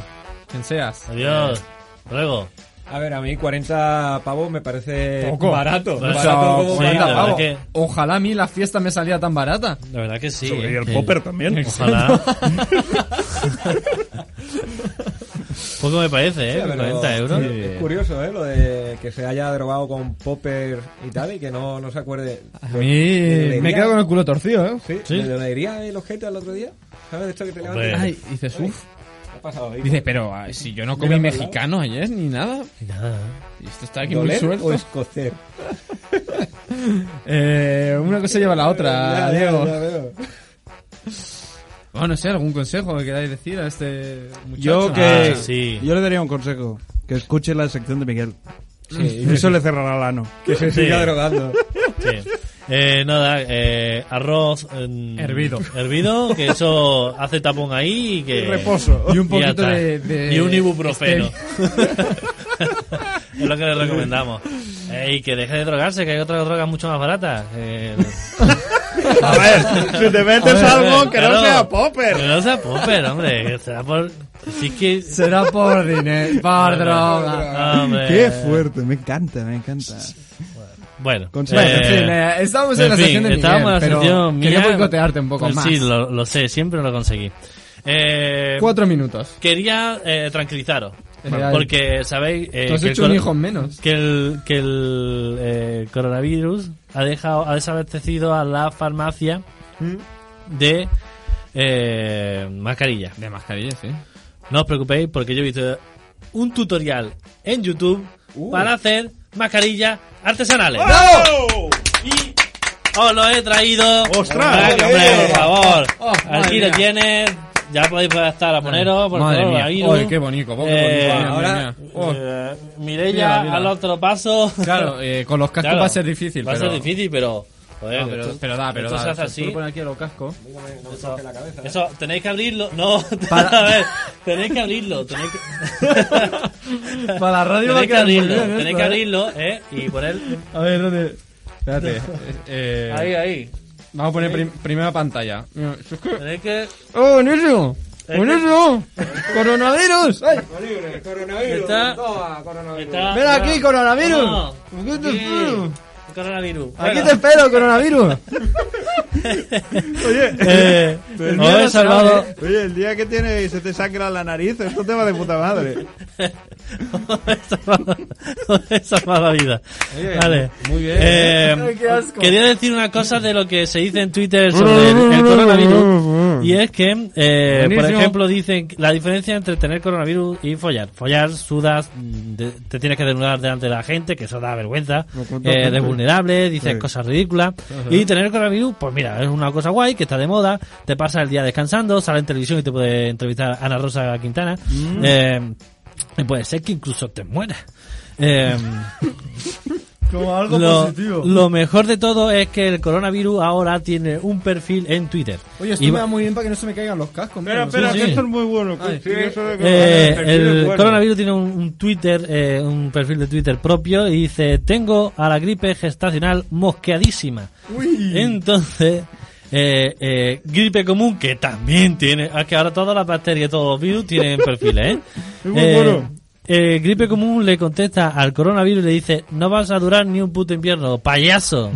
Speaker 1: quien seas.
Speaker 4: adiós. Hasta Luego.
Speaker 5: A ver, a mí 40 pavos me parece
Speaker 1: Poco.
Speaker 5: barato.
Speaker 4: Barato.
Speaker 5: Barato como
Speaker 4: Sí, la
Speaker 5: para-
Speaker 4: verdad
Speaker 1: Pavo,
Speaker 4: que-
Speaker 1: Ojalá a mí la fiesta me salía tan barata.
Speaker 4: La verdad que sí.
Speaker 6: Y
Speaker 4: ¿eh?
Speaker 6: el popper también.
Speaker 4: Ojalá. Poco me parece, ¿eh?
Speaker 5: Sí, pero
Speaker 4: 40 euros.
Speaker 5: Es curioso, ¿eh? Lo de que se haya drogado con Popper y tal y que no, no se acuerde.
Speaker 1: A mí me
Speaker 5: Debería-
Speaker 1: quedo con el culo torcido, ¿eh?
Speaker 5: Sí,
Speaker 4: Sí.
Speaker 5: ¿Le donaría el ojete al otro día? ¿Sabes de esto que te
Speaker 4: Hombre.
Speaker 5: levantas?
Speaker 1: Ay, dices, uff.
Speaker 5: ¿Qué ha pasado ahí?
Speaker 1: Dices, pero ay, si yo no comí
Speaker 5: Mira para el
Speaker 1: mexicano ayer ni nada.
Speaker 4: Y Nada. ¿eh?
Speaker 1: y Esto está aquí muy
Speaker 5: ¿Doler
Speaker 1: suelto.
Speaker 5: o escocer?
Speaker 1: Eh, una cosa lleva a la otra,
Speaker 5: Ya, ya,
Speaker 1: Diego.
Speaker 5: ya veo.
Speaker 1: Bueno, no sé, algún consejo que queráis decir a este muchacho.
Speaker 6: Yo
Speaker 4: Ah,
Speaker 6: que
Speaker 4: sí.
Speaker 6: yo le daría un consejo, que escuche la sección de Miguel. Eso le cerrará el ano.
Speaker 5: Que se
Speaker 4: Sí.
Speaker 5: siga drogando.
Speaker 4: Sí. Eh, nada, eh, arroz eh,
Speaker 1: Hervido.
Speaker 4: Hervido, que eso hace tapón ahí y que.
Speaker 6: Reposo.
Speaker 1: Y un
Speaker 4: ya
Speaker 1: poquito
Speaker 4: está.
Speaker 1: de, de-
Speaker 4: Y un ibuprofeno.
Speaker 1: este-
Speaker 4: es lo que le recomendamos. Eh, y que deje de drogarse, que hay otras drogas mucho más baratas. Eh,
Speaker 6: A ver, si te metes algo que
Speaker 4: claro,
Speaker 6: no sea popper.
Speaker 4: Que no sea popper, hombre. que será por. Sí que. Ah,
Speaker 1: Será por dinero, por droga.
Speaker 4: Hombre.
Speaker 6: Qué fuerte, me encanta, me encanta.
Speaker 4: Bueno,
Speaker 6: Consejo.
Speaker 1: En fin, eh, estábamos en,
Speaker 4: en
Speaker 1: la
Speaker 4: fin,
Speaker 1: sección de Miguel,
Speaker 4: estábamos en la
Speaker 1: pero
Speaker 4: sección
Speaker 1: quería
Speaker 4: mía.
Speaker 1: boicotearte un poco
Speaker 4: Pues
Speaker 1: más.
Speaker 4: Sí, lo, lo sé, siempre lo conseguí. Eh,
Speaker 1: Cuatro minutos.
Speaker 4: quería eh, tranquilizaros.
Speaker 1: Vale.
Speaker 4: Porque sabéis eh,
Speaker 1: Tú has
Speaker 4: que, el
Speaker 1: hecho un
Speaker 4: coro-
Speaker 1: hijo menos.
Speaker 4: que el, que el eh, coronavirus ha dejado ha desabastecido a la farmacia de eh, mascarilla.
Speaker 1: De mascarilla, sí.
Speaker 4: No os preocupéis porque yo he visto un tutorial en YouTube
Speaker 1: Uh.
Speaker 4: para hacer mascarillas artesanales. Y os lo he traído.
Speaker 6: ¡Ostras!
Speaker 4: Para que, hombre,
Speaker 6: ¡Ole!
Speaker 4: por favor.
Speaker 1: Oh, madre
Speaker 4: Aquí lo
Speaker 1: mía.
Speaker 4: tienes. Ya podéis estar a poneros. Por
Speaker 1: Madre
Speaker 4: favor,
Speaker 1: mía.
Speaker 4: ahí,
Speaker 1: Oye, qué bonito, poco bonito, mira, mira, mira. Oh. Mira,
Speaker 4: Mirella,
Speaker 1: mira.
Speaker 4: al otro paso.
Speaker 1: Claro, eh, con los cascos
Speaker 4: Claro.
Speaker 1: va a ser difícil.
Speaker 4: Va a
Speaker 1: pero-
Speaker 4: ser difícil, pero. joder,
Speaker 1: No, pero,
Speaker 4: esto-
Speaker 1: pero da, pero
Speaker 4: esto
Speaker 1: da.
Speaker 4: se
Speaker 1: Tú
Speaker 4: hace
Speaker 1: lo
Speaker 4: así.
Speaker 1: pones aquí a los cascos.
Speaker 4: Eso, eso, tenéis que abrirlo. No, a ver, tenéis que abrirlo. Tenéis que,
Speaker 1: Para la radio va a
Speaker 4: tenéis que
Speaker 1: quedar muy
Speaker 4: abrirlo.
Speaker 1: bien
Speaker 4: Tenéis
Speaker 1: esto,
Speaker 4: que
Speaker 1: ¿eh?
Speaker 4: abrirlo, ¿eh? Y poner.
Speaker 1: A ver, ¿dónde? Espérate. eh,
Speaker 4: Ahí, ahí.
Speaker 1: Vamos a poner prim- primera pantalla. Mira, es que-
Speaker 4: Tenéis que.
Speaker 1: ¡Oh, buenísimo!
Speaker 4: Este.
Speaker 1: ¡Buenísimo! ¡Coronavirus! ¡Ay!
Speaker 5: Libre, coronavirus.
Speaker 4: Está-
Speaker 5: Toma, coronavirus.
Speaker 4: Está,
Speaker 1: ¡Ven aquí, coronavirus!
Speaker 4: No.
Speaker 1: Aquí te espero.
Speaker 4: Coronavirus.
Speaker 1: Aquí te espero, coronavirus.
Speaker 4: Eh, os he salvado.
Speaker 6: Oye, el día que tiene y se te sangra la nariz, esto te va de puta madre.
Speaker 4: os he salvado- os he salvado la vida. Vale.
Speaker 1: muy bien.
Speaker 4: Eh,
Speaker 1: Ay, qué asco.
Speaker 4: Quería decir una cosa de lo que se dice en Twitter sobre el, el coronavirus. Y es que, eh, por
Speaker 1: Buenísimo.
Speaker 4: ejemplo, dicen que la diferencia entre tener coronavirus y follar. Follar, sudas, mm, de- te tienes que desnudar delante de la gente, que eso da vergüenza. Eh, de vulnerable, dices cosas ridículas. Y tener coronavirus, pues mira, es una cosa guay, que está de moda. Te pasas el día descansando, sale en televisión y te puede entrevistar Ana Rosa Quintana.
Speaker 1: Mm.
Speaker 4: Eh, y puede ser que incluso te mueras. Eh,
Speaker 1: Como algo
Speaker 4: lo,
Speaker 1: positivo.
Speaker 4: lo mejor de todo es que el coronavirus ahora tiene un perfil en Twitter.
Speaker 1: Oye, esto
Speaker 4: Y
Speaker 1: me
Speaker 4: va-
Speaker 1: va muy bien para que no se me caigan los cascos. mira,
Speaker 6: Espera,
Speaker 1: no
Speaker 6: espera,
Speaker 1: sé.
Speaker 4: Sí,
Speaker 6: que
Speaker 4: sí.
Speaker 6: esto es muy bueno.
Speaker 1: Ay.
Speaker 6: Sí, eso de-
Speaker 4: Eh,
Speaker 5: perfil es
Speaker 4: el
Speaker 5: bueno.
Speaker 4: coronavirus tiene un, un Twitter, eh, un perfil de Twitter propio y dice, tengo a la gripe gestacional mosqueadísima. Entonces, eh, eh, gripe común que también tiene, es que ahora todas las bacterias y todos los virus tienen perfiles, ¿eh?
Speaker 6: muy
Speaker 4: Eh,
Speaker 6: bueno.
Speaker 4: eh, gripe común le contesta al coronavirus y le dice, no vas a durar ni un puto invierno, payaso.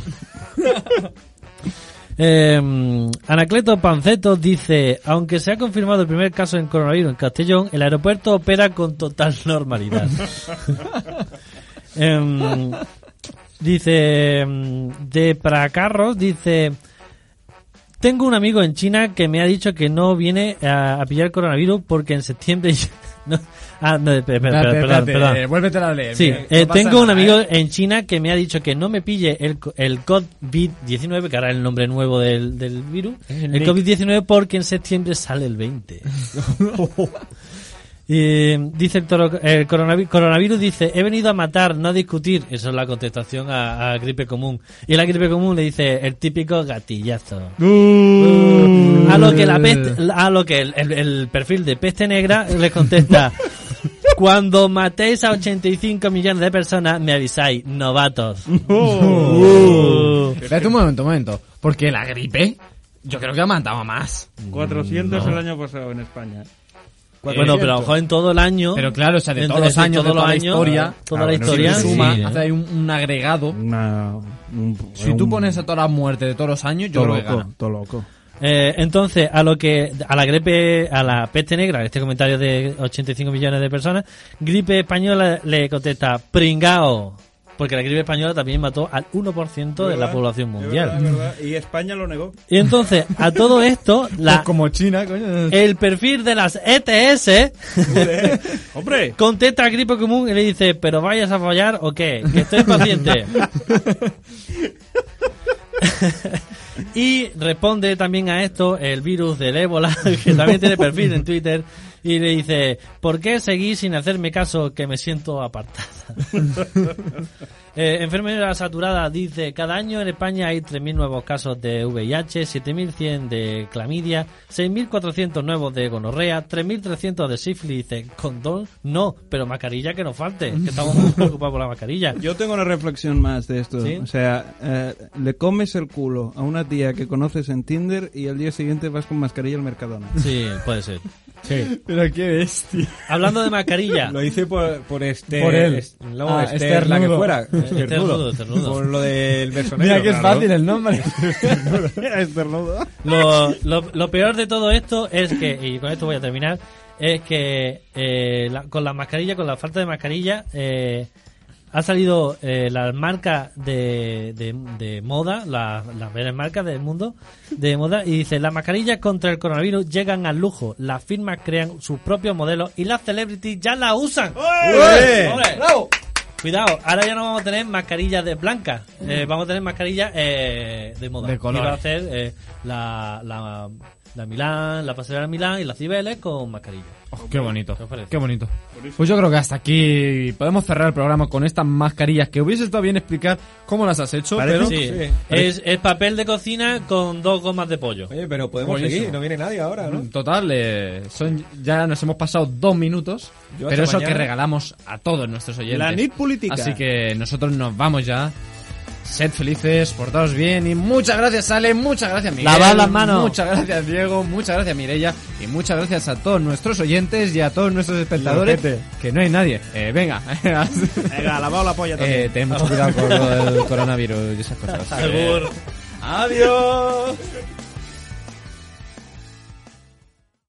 Speaker 4: Eh, Anacleto Panceto dice, aunque se ha confirmado el primer caso en coronavirus en Castellón, el aeropuerto opera con total normalidad. Em, dice, em, de Pracarros, dice, tengo un amigo en China que me ha dicho que no viene a, a pillar coronavirus porque en septiembre... ya- no- ah, no, espera, espera,
Speaker 8: Espérate,
Speaker 4: perdón,
Speaker 8: espérate,
Speaker 4: perdón.
Speaker 8: eh, vuélvetela a leer.
Speaker 4: Sí,
Speaker 8: mira,
Speaker 4: eh,
Speaker 8: no pasa
Speaker 4: tengo un
Speaker 8: nada,
Speaker 4: amigo
Speaker 8: ¿eh?
Speaker 4: en China que me ha dicho que no me pille el, co- el COVID-19, que ahora es el nombre nuevo del, del virus, el, COVID-19 porque en septiembre sale el 20. Y, dice el, toro- el coronavi- coronavirus, dice, he venido a matar, no a discutir. Eso es la contestación a, a gripe común. Y la gripe común le dice el típico gatillazo.
Speaker 6: Uh.
Speaker 4: A lo
Speaker 1: Eh.
Speaker 4: que la peste- a lo que el, el- el perfil de peste negra le contesta. Cuando matéis a 85 millones de personas, me avisáis, novatos. Uh.
Speaker 1: Espérate un momento, un momento. Porque la gripe, yo creo que ha matado a más.
Speaker 6: 400 el año pasado en España.
Speaker 4: Bueno, pero a lo mejor en todo el año.
Speaker 1: Pero claro, o sea, de
Speaker 4: en-
Speaker 1: todos
Speaker 4: en
Speaker 1: los años, de
Speaker 4: todos los
Speaker 1: toda la
Speaker 4: años,
Speaker 1: historia,
Speaker 4: Toda
Speaker 5: Ah,
Speaker 4: la
Speaker 5: bueno,
Speaker 4: historia.
Speaker 1: se suma,
Speaker 4: sí, ¿eh?
Speaker 1: hace ahí un, un agregado.
Speaker 6: Una, un-
Speaker 1: Si
Speaker 6: un-
Speaker 1: tú pones a todas las muertes de todos los años, yo
Speaker 6: Todo
Speaker 1: creo que
Speaker 6: loco,
Speaker 1: gana.
Speaker 6: todo loco.
Speaker 4: Eh, entonces, a lo que, a la gripe, a la peste negra, este comentario de 85 millones de personas, gripe española le contesta, pringao. Porque la gripe española también mató al 1% de la población mundial.
Speaker 6: Y España lo negó.
Speaker 4: Y entonces, a todo esto, la,
Speaker 8: Como China, coño.
Speaker 4: el perfil de las ETS
Speaker 6: ¡Hombre!
Speaker 4: contesta a gripe común y le dice, pero vayas a fallar o qué, que estoy paciente. y responde también a esto el virus del ébola, que también tiene perfil en Twitter, y le dice, ¿por qué seguís sin hacerme caso que me siento apartada? Eh, enfermera saturada dice, cada año en España hay 3.000 nuevos casos de VIH, 7.100 de clamidia, 6.400 nuevos de gonorrea, 3.300 de sífilis. Dice, condón, no, pero mascarilla que no falte, que estamos muy preocupados por la mascarilla.
Speaker 6: Yo tengo una reflexión más de esto.
Speaker 4: ¿Sí?
Speaker 6: O sea, eh, le comes el culo a una tía que conoces en Tinder y al día siguiente vas con mascarilla al Mercadona.
Speaker 4: Sí, puede ser.
Speaker 5: Sí.
Speaker 8: Pero qué bestia.
Speaker 4: Hablando de mascarilla,
Speaker 5: Lo hice por, por este.
Speaker 8: Por él.
Speaker 5: es- no,
Speaker 8: Ah,
Speaker 5: este,
Speaker 8: Esther
Speaker 5: la que
Speaker 8: Nudo. este
Speaker 5: fuera.
Speaker 4: Nudo,
Speaker 5: Esternudo.
Speaker 4: Esther Nudo.
Speaker 5: Por lo del verso
Speaker 8: Mira
Speaker 5: negro,
Speaker 8: que es
Speaker 5: claro.
Speaker 8: fácil el nombre.
Speaker 4: lo, lo- lo peor de todo esto es que, y con esto voy a terminar, es que eh, la- con la mascarilla, con la falta de mascarilla, eh, ha salido eh, las marcas de, de, de moda, las las mejores marcas del mundo de moda, y dice, las mascarillas contra el coronavirus llegan al lujo, las firmas crean sus propios modelos y las celebrities ya las usan.
Speaker 5: ¡Ué!
Speaker 4: ¡Ole! Cuidado, ahora ya no vamos a tener mascarillas de blancas, eh, vamos a tener mascarillas eh, de moda.
Speaker 1: De color.
Speaker 4: Y va a hacer eh, la, la, la Milán, la pasarela Milán y las Cibeles con mascarilla.
Speaker 1: Oh, qué bonito,
Speaker 4: ¿Qué os parece?
Speaker 1: qué bonito. Pues yo creo que hasta aquí podemos cerrar el programa con estas mascarillas que hubiese estado bien explicar cómo las has hecho, pero...
Speaker 4: Sí.
Speaker 5: sí.
Speaker 4: Es, es papel de cocina con dos gomas de pollo.
Speaker 5: Oye, pero podemos
Speaker 1: Buenísimo.
Speaker 5: seguir, no viene nadie ahora, ¿no?
Speaker 1: Total, eh, son, ya nos hemos pasado dos minutos,
Speaker 5: Yo
Speaker 1: pero
Speaker 5: hasta
Speaker 1: eso que
Speaker 5: mañana.
Speaker 1: regalamos a todos nuestros oyentes.
Speaker 6: La nit política.
Speaker 1: Así que nosotros nos vamos ya. Sed felices, portaos bien y muchas gracias Ale, muchas gracias Miguel.
Speaker 4: Lavad las manos.
Speaker 1: Muchas gracias Diego, muchas gracias Mirella y muchas gracias a todos nuestros oyentes y a todos nuestros espectadores. Que no hay nadie. Eh, venga.
Speaker 6: Venga, lavado la polla
Speaker 1: eh, ten mucho cuidado con lo del coronavirus y esas cosas. Eh,
Speaker 4: Segur.
Speaker 1: adiós.